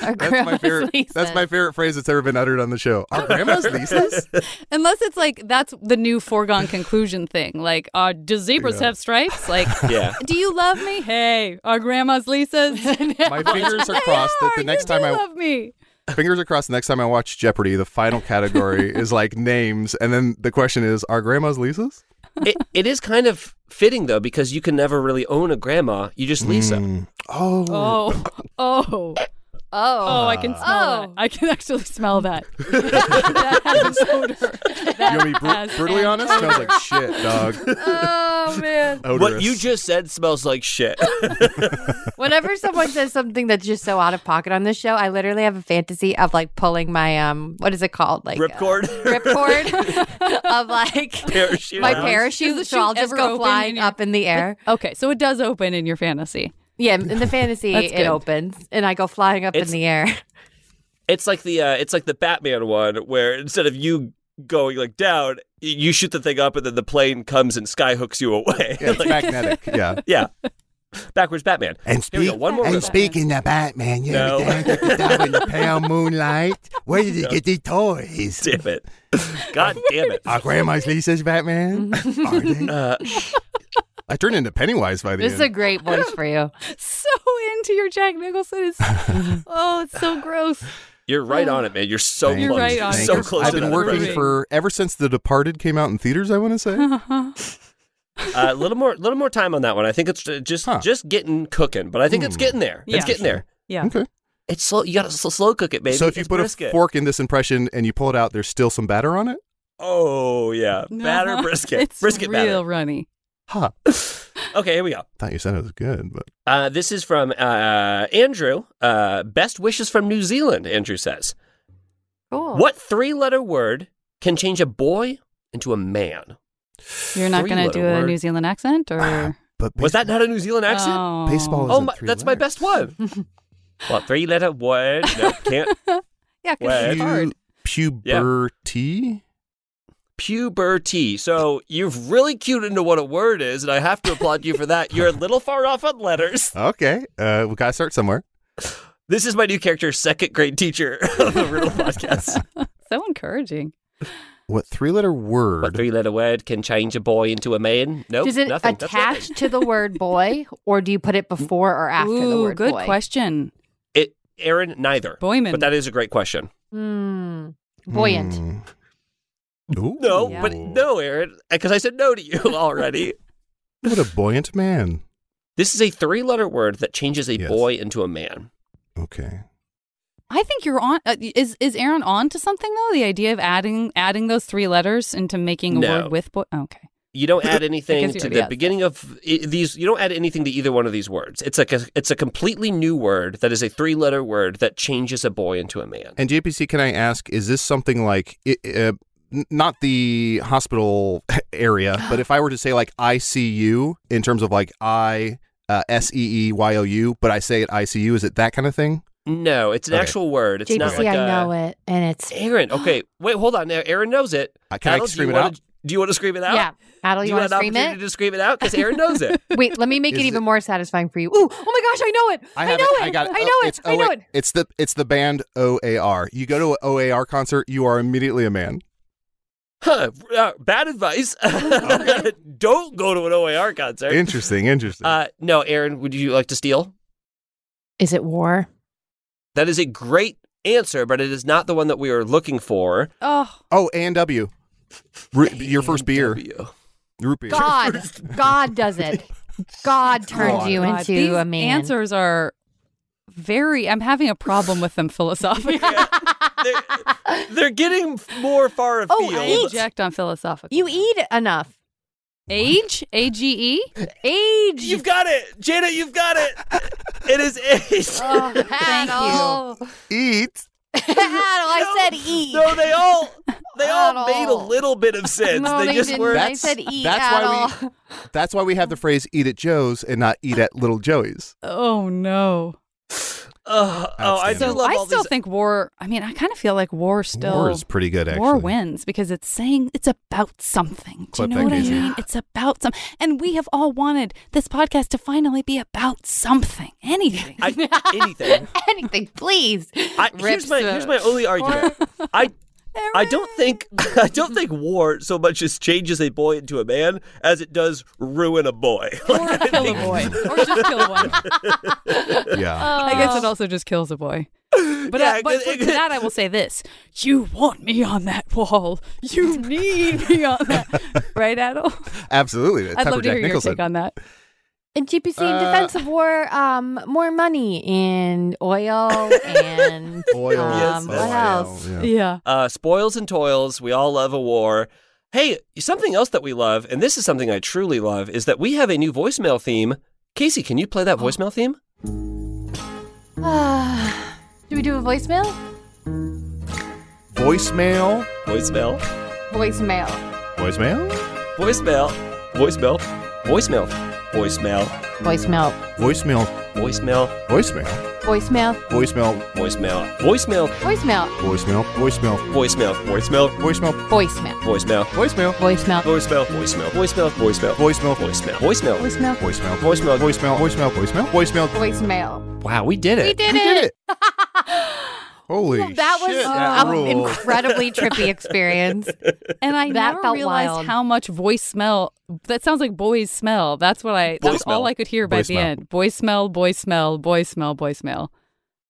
Our That's my grandma's favorite. Lisa. That's my favorite phrase that's ever been uttered on the show. Our <laughs> grandma's Lisa's. Unless it's like that's the new foregone conclusion thing. Like, uh, do <laughs> zebras Yeah. have stripes? Like, Yeah. do you love me? Hey, are grandmas Lisa's? My fingers are crossed that <laughs> the next time I love me. fingers are crossed. The next time I watch Jeopardy, the final category is like names, and then the question is, "Are grandma's Lisa's?" it, it is kind of fitting though because you can never really own a grandma. You just lease them. Oh. Oh. Oh. Oh. Oh, I can smell that. I can actually smell that. that has an odor. That You want me to be br- has brutally an honest? <laughs> Smells like odor. shit, dog. Oh man. What you just said smells like <laughs> shit. Oh <laughs> Whenever someone says something that's just so out of pocket on this show, I literally have a fantasy of like pulling my um what is it called? Like uh, Ripcord. <laughs> ripcord of like <laughs> Parachute. my Does the parachute, so I'll chute just ever go open in flying your- up in <laughs> the air. Okay, so it does open in your fantasy. Yeah, in the fantasy That's it good. opens and I go flying up It's- in the <laughs> air. It's like the uh, it's like the Batman one where instead of you going like down, y- you shoot the thing up and then the plane comes and skyhooks you away. Yeah, <laughs> it's Like- magnetic. Yeah. <laughs> yeah. Backwards Batman. And Here we speak, go. One more and riddle. speaking of Batman, you No. ever down get the down <laughs> in the pale moonlight? Where did you get these toys? Damn it. God damn it. Uh, Our grandma's <laughs> Lisa's Batman. Are they? I turned into Pennywise by the This is end. a great voice for <laughs> you. so into your Jack Nicholson. <laughs> It's, oh, it's so gross. You're right on it, man. You're so You're close. right on it. so You're close I've to been that working approach. for ever since The Departed came out in theaters. I want to say. a Uh, little more little more time on that one. I think it's uh, just just getting cooking, but I think it's Hmm. getting there. It's Yeah. getting there. <laughs> Yeah. Okay. It's slow. You gotta slow, slow cook it, baby. So if you It's put brisket. a fork in this impression and you pull it out, there's still some batter on it. Oh <laughs> yeah, batter brisket. It's brisket real batter. runny. Huh. Okay, here we go. Thought you said it was good, but Uh, this is from uh, Andrew. Uh, best wishes from New Zealand. Andrew says, Cool. "What three-letter word can change a boy into a man?" You're not Three going to letter do a word. New Zealand accent <laughs> or But was that not a New Zealand accent? Oh. Baseball Oh, isn't my, three that's my best one. <laughs> what three-letter word? No, <laughs> can't. Yeah, 'cause Word. it's hard. puberty. Puberty. So you've really cued into what a word is, and I have to applaud you for that. You're a little far off on letters. Okay, uh, we gotta start somewhere. This is my new character, second grade teacher <laughs> of the Riddle Podcast. So encouraging. What three-letter word? What three-letter word can change a boy into a man? Nope, Does it nothing. That's nothing. Mm. attach to the word boy or do you put it before or after the Ooh, word good boy? question. It, Aaron, neither. Boyman. But that is a great question. Hmm. Buoyant. No, but no, Aaron, because I said no to you <laughs> already. What a buoyant man. this is a three-letter word that changes a boy into a man. Okay. I think you're on. Uh, is is Aaron on to something though? The idea of adding adding those three letters into making a No. word with boy. Okay. <laughs> You don't add anything Because you to already the asked beginning of i- these. You don't add anything to either one of these words. It's like a, it's a completely new word that is a three-letter word that changes a boy into a man. And JPC, can I ask, is this something like i uh, n- not the hospital <laughs> <gasps> area, but if I were to say like ICU in terms of like I uh, S E E Y O U, but I say it ICU, is it that kind of thing? No, it's an Okay. actual word. It's JPC, not like I a, know it, and it's <gasps> Aaron, okay, wait, hold on. Now, Aaron knows it. I- Uh, can I Adel, do scream you it wanna- out? Do you want to scream it out? yeah. Adel, Do you, you want want to an scream opportunity it? to scream it out? Because Aaron <laughs> knows it. Wait, <laughs> let me make it even more satisfying for you. Ooh, oh my gosh, I know it. I, know have it. Oh, I, know it. oh, It's I know O- it. It's the it's the band OAR. You go to an OAR concert, you are immediately a man. Huh, uh, bad advice. <laughs> Don't go to an OAR concert. Interesting, interesting. Uh, no, Aaron, would you like to steal? Is it war? That is a great answer, but it is not the one that we are looking for. <laughs> Oh, Oh, and W. Ru- your first beer. Root beer. God. <laughs> God does it. <laughs> God turns God. you God, into these a man. Answers are very. I'm having a problem with them philosophically. They're getting more far afield. Oh, I object on philosophical. You eat enough. Age, A G E, age. You've got it, Janet. You've got it. It <laughs> is age. Oh, Oh, Thank you. <laughs> Eat. I said eat. <laughs> No, they all <laughs> they all made a little bit of sense. No, they, they just didn't. were. They said eat that's why we <laughs> that's why we have the phrase eat at Joe's and not eat at little Joey's. Oh no. Ugh, oh, I do so love I all still these. think war. I mean, I kind of feel like war still. War is pretty good, War actually. wins because it's saying it's about something. Do you Clip know that, what I Casey. mean? It's about some, and we have all wanted this podcast to finally be about something, anything. <laughs> I, <laughs> anything. <laughs> Anything, please. I, here's my here's my only argument. <laughs> I I don't think <laughs> I don't think war so much as changes a boy into a man as it does ruin a boy. <laughs> Like, <laughs> Or kill a boy, or just kill one. Uh, Yeah. <laughs> Oh. I guess it also just kills a boy. But, uh, but for to that, I will say this: you want me on that wall. You need me on <laughs> that, right, Adel? Absolutely. I'd love to hear your take on that. And GPC Uh. in defense of war, um, more money in oil <laughs> and Oil. um, Yes, what oil, else? yeah. Uh, spoils and toils. We all love a war. Hey, something else that we love, and this is something I truly love, is that we have a new voicemail theme. Casey, can you play Oh. that voicemail theme? Ah, do we do a voicemail? Voicemail. Voicemail. Voicemail. Voicemail. Voicemail. Voicemail. Voicemail. Voicemail. Voicemail. Voicemail. Voicemail. Voicemail. Voicemail. Voicemail. Voicemail. Voicemail. Voicemail. Voicemail. Voicemail. Voicemail. Voicemail. Voicemail. Voicemail. Voicemail. Voicemail. Voicemail. Voicemail. Voicemail. Voicemail. Voicemail. Voicemail. Voicemail. Voicemail. Voicemail. Voicemail. Voicemail. Voicemail. Voicemail. Voicemail. Voicemail. Voicemail. Wow, we did it. We did We it. did it. <laughs> Holy That was shit, that an ruled. incredibly trippy experience. And I That never felt realized wild. how much voice smell. That sounds like boys smell. That's what I. That's Voicemail. all I could hear by the Voicemail. end. Boy smell. Boy smell. Boy smell. Boy smell.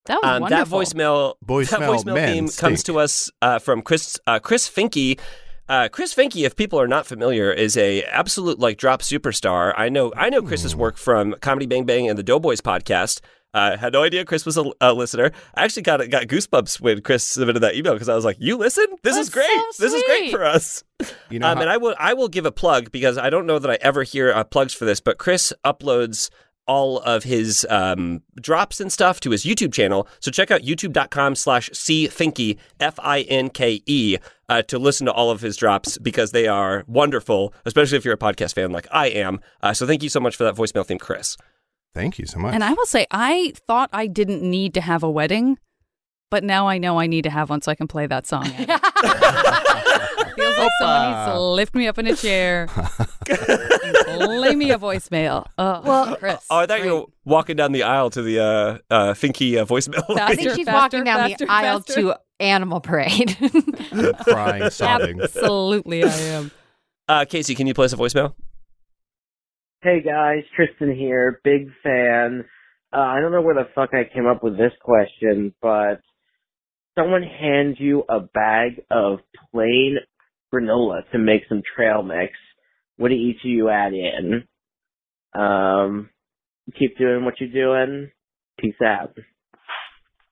That was Um, that wonderful. voicemail, that Voicemail voicemail men theme comes stink. to us uh, from Chris uh, Chris Finke. Uh, Chris Finke, if people are not familiar, is a absolute like drop superstar. I know I know Chris's work from Comedy Bang Bang and the Doughboys podcast. Uh, had no idea Chris was a, a listener. I actually got got goosebumps when Chris submitted that email because I was like, "You listen? This is That's great! so this is great sweet." for us." You know um, how- and I will I will give a plug because I don't know that I ever hear uh, plugs for this, but Chris uploads all of his um, drops and stuff to his YouTube channel. So check out youtube.com slash cfinke, F-I-N-K-E, uh, to listen to all of his drops because they are wonderful, especially if you're a podcast fan like I am. Uh, so thank you so much for that voicemail theme, Chris. Thank you so much. And I will say, I thought I didn't need to have a wedding, but now I know I need to have one so I can play that <laughs> song. Feels like someone needs to lift me up in a chair, and lay me a voicemail. Oh, Well- Chris. Oh, I thought you were walking down the aisle to the uh, uh, Finke uh, voicemail. I think she's walking down faster, the aisle faster. to Animal Parade. <laughs> crying, sobbing. Absolutely, I am. <laughs> Uh, Casey, can you play us a voicemail? Hey guys, Tristan here, big fan. Uh, I don't know where the fuck I came up with this question, but someone hands you a bag of plain granola to make some trail mix. What do each of you add in? Um, keep doing what you're doing. Peace out.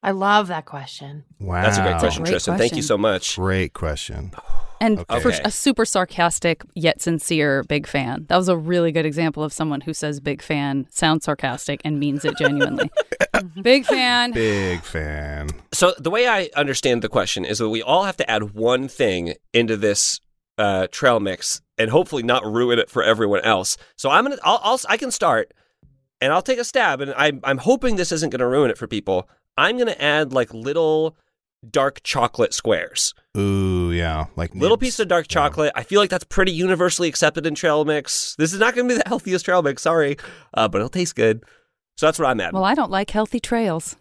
I love that question. Wow. That's a great question, Great Tristan. Thank you question. so much. Great question. And Okay. for a super sarcastic yet sincere big fan. That was a really good example of someone who says big fan, sounds sarcastic, and means it genuinely. big fan. Big fan. So the way I understand the question is that we all have to add one thing into this uh, trail mix and hopefully not ruin it for everyone else. So I'm gonna, I'll, I'll, I can start, and I'll take a stab, and I'm, I'm hoping this isn't gonna ruin it for people. I'm gonna add like little dark chocolate squares, Ooh, yeah. Like little pieces of dark chocolate. I feel like that's pretty universally accepted in trail mix. This is not gonna be the <laughs> healthiest trail mix, sorry, uh, but it'll taste good. So that's what I'm adding. Well, I don't like healthy trails.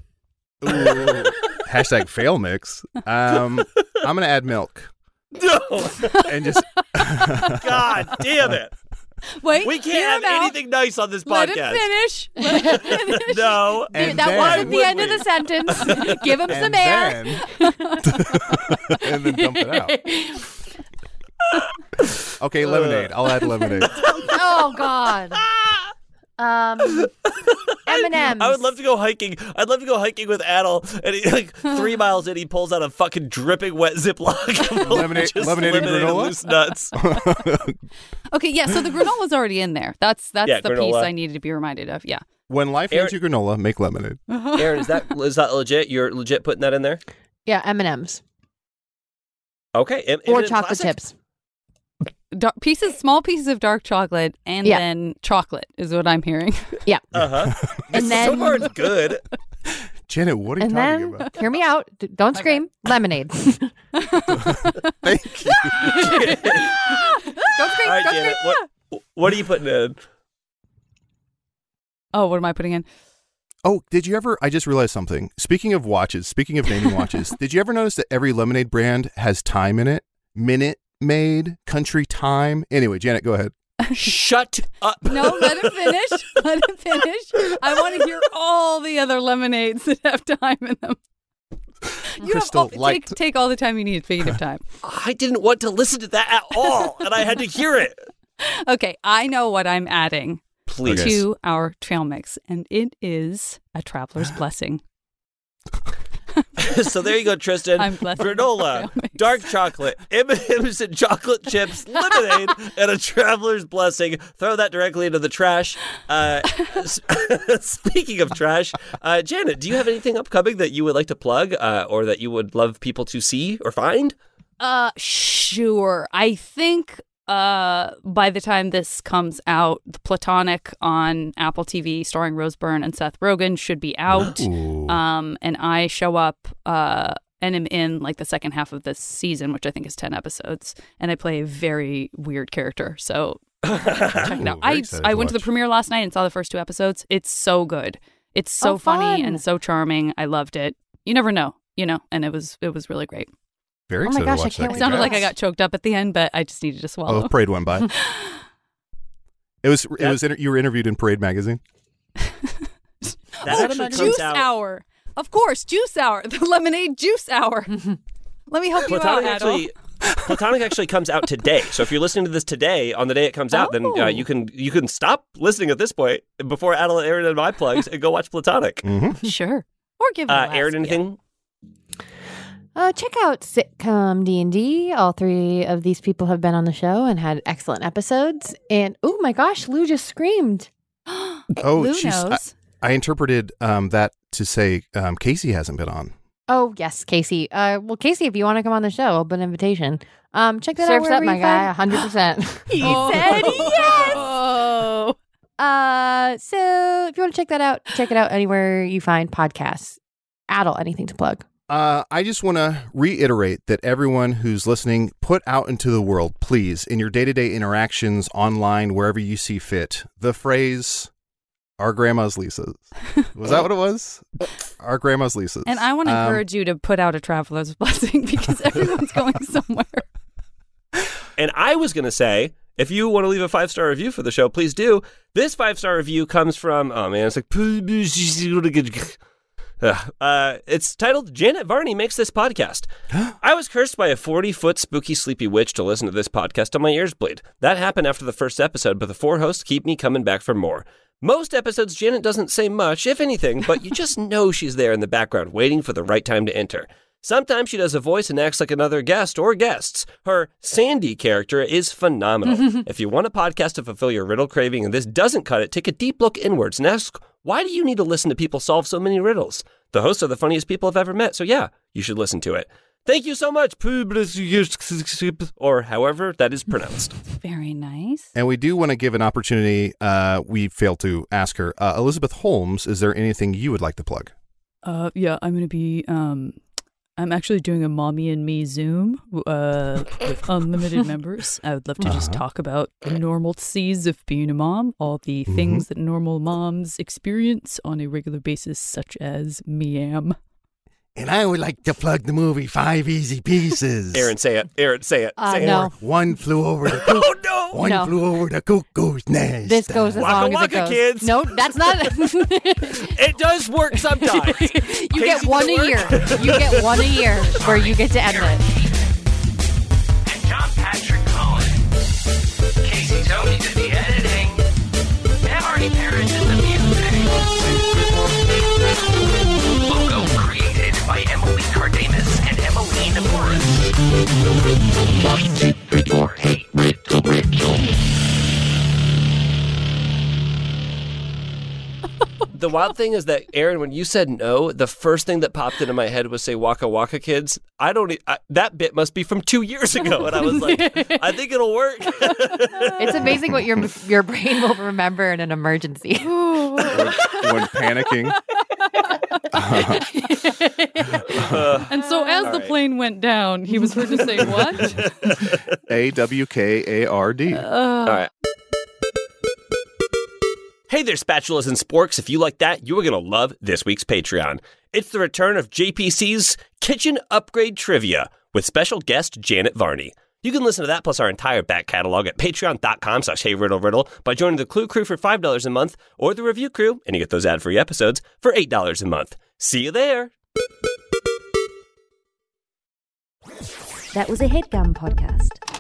Ooh. hashtag fail mix. Um, I'm gonna add milk <laughs> no, and <laughs> just God damn it. <laughs> Wait, We can't hear have him out. anything nice on this Let podcast. him finish. Let him finish. <laughs> No. Dude, And that then- wasn't the Why end would of the <laughs> sentence. Give him some air. then- <laughs> and then dump it out. Okay, lemonade. I'll add lemonade. <laughs> Oh God. Um, M and M's. I would love to go hiking. I'd love to go hiking with Adel, and he, <laughs> like three miles in, he pulls out a fucking dripping wet Ziploc. Lemonade- Just lemonade and granola? loose <laughs> nuts. Okay, yeah. So the granola's already in there. That's that's Yeah, the piece granola. I needed to be reminded of. Yeah. When life hands you granola, make lemonade. Aaron, is that is that legit? You're legit putting that in there? <laughs> Yeah, M and M's Okay. Im- or imminent chocolate classic? chips. Dark, pieces, small pieces of dark chocolate, and Yeah. then chocolate is what I'm hearing. <laughs> Yeah, Uh huh. and so then far, it's <laughs> good. Janet, what are you and talking then about? hear me out. D- don't scream. Lemonade. <laughs> don't Thank you. All scream. right, don't scream. Janet. What what are you <laughs> putting in? Oh, what am I putting in? Oh, did you ever? I just realized something. Speaking of watches, speaking of naming watches, did you ever notice that every lemonade brand has time in it? Minute Maid, Country Time. Anyway, Janet, go ahead. Shut up. No, let him finish. <laughs> Let him finish. I want to hear all the other lemonades that have time in them. You Crystal all, light. Take, take all the time you need, speaking of time. <laughs> I didn't want to listen to that at all, and I had to hear it. Okay, I know what I'm adding Please. to our trail mix, and it is a traveler's blessing. <laughs> so there you go, Tristan. I'm blessed with <laughs> Granola, Oh dark chocolate, M&M's and chocolate chips, lemonade, and a traveler's blessing. Throw that directly into the trash. <laughs> Uh, s- <laughs> speaking of trash, uh, Janet, do you have anything upcoming that you would like to plug uh, or that you would love people to see or find? Uh, sure. I think uh by the time this comes out the platonic on apple tv starring rose byrne and seth rogen should be out Ooh. um and i show up uh and am in like the second half of this season which i think is 10 episodes and i play a very weird character so <laughs> check it out. i excited i to went to the premiere last night and saw the first two episodes it's so good it's so Oh, funny fun. and so charming i loved it you never know you know and it was it was really great Very excited to watch that. it sounded like Oh i got choked up at the end but i just needed to swallow Oh, parade went <laughs> by. It was. It was. Inter- you were interviewed in Parade magazine. That Oh, actually juice comes out. hour. Of course, juice hour. <laughs> The lemonade juice <laughs> hour. Let me help you out, Platonic Adol. <laughs> actually, Platonic actually comes out today. So if you're listening to this today, on the day it comes out, then uh, Oh. you can you can stop listening at this point before Adela, Aaron, and my plugs, and go watch Platonic. Mm-hmm. Sure. Or <laughs> give it a Uh, last- Aaron, anything? Uh, check out sitcom D and D. All three of these people have been on the show and had excellent episodes. And oh my gosh, Lou just screamed. Oh, Lou she's. I, knows. I interpreted um, that to say um, Casey hasn't been on. Oh yes, Casey. Uh, well, Casey, if you want to come on the show, open invitation. Um, check that Serves out. up, my guy, hundred percent. <laughs> He said yes. Oh. <laughs> Uh, so if you want to check that out, check it out anywhere you find podcasts. Adult, anything to plug? Uh, I just want to reiterate that everyone who's listening, put out into the world, please, in your day to day interactions, online, wherever you see fit, the phrase, our grandma's <laughs> Lisa's. Was that what it was? Our grandma's Lisa's. And I want to um, encourage you to put out a <laughs> traveler's blessing because everyone's <laughs> going somewhere. And I was going to say, if you want to leave a five star review for the show, please do. This five star review comes from, oh man, it's like, <laughs> uh, it's titled Janet Varney Makes This Podcast. I was cursed by a 40 foot spooky sleepy witch to listen to this podcast on my ears bleed. That happened after the first episode, but the four hosts keep me coming back for more. Most episodes, Janet doesn't say much, if anything, but you just know she's there in the background waiting for the right time to enter. Sometimes she does a voice and acts like another guest or guests. Her Sandy character is phenomenal. if you want a podcast to fulfill your riddle craving and this doesn't cut it, take a deep look inwards and ask, why do you need to listen to people solve so many riddles? The hosts are the funniest people I've ever met, so yeah, you should listen to it. Thank you so much, Publicist- or however that is <laughs> pronounced. Very nice. And we do want to give an opportunity. Uh, we failed to ask her. Uh, Elizabeth Holmes, is there anything you would like to plug? Uh, yeah, I'm gonna be. Um, I'm actually doing a mommy and me Zoom uh, <laughs> with unlimited members. I would love to Uh-huh. just talk about the normalcies of being a mom, all the Mm-hmm. things that normal moms experience on a regular basis, such as meam. And I would like to plug the movie Five Easy Pieces. Aaron, say it. Aaron, say it. Uh, Or Uh, say it. One flew over the cuckoo. oh, no. One No. flew over the <laughs> cuckoo's nest. This goes as Waka long waka, as it goes. kids. No, that's <laughs> not. <laughs> it does work sometimes. you get one a year. You get one a year where you get to end <laughs> it. John Patrick Cohen. Casey Tony did the editing. Matt Hardy Parent did the music. Logo created by Emily Cardamus and Emmeline <laughs> The wild thing is that Aaron, when you said no, the first thing that popped into my head was say "Waka Waka Kids." I don't. e- I, that bit must be from two years ago, and I was like, I think it'll work. It's amazing what your your brain will remember in <laughs> an emergency. <laughs> when panicking. And so as All the right. plane went down, he was heard to say, <laughs> What? A W K A R D. All right. Hey there, spatulas and sporks. If you like that, you are going to love this week's Patreon. It's the return of JPC's Kitchen Upgrade Trivia with special guest Janet Varney. You can listen to that plus our entire back catalog at patreon.com slash hey riddle riddle by joining the Clue Crew for $5 a month or the Review Crew, and you get those ad-free episodes, for $8 a month. See you there! That was a headgum podcast.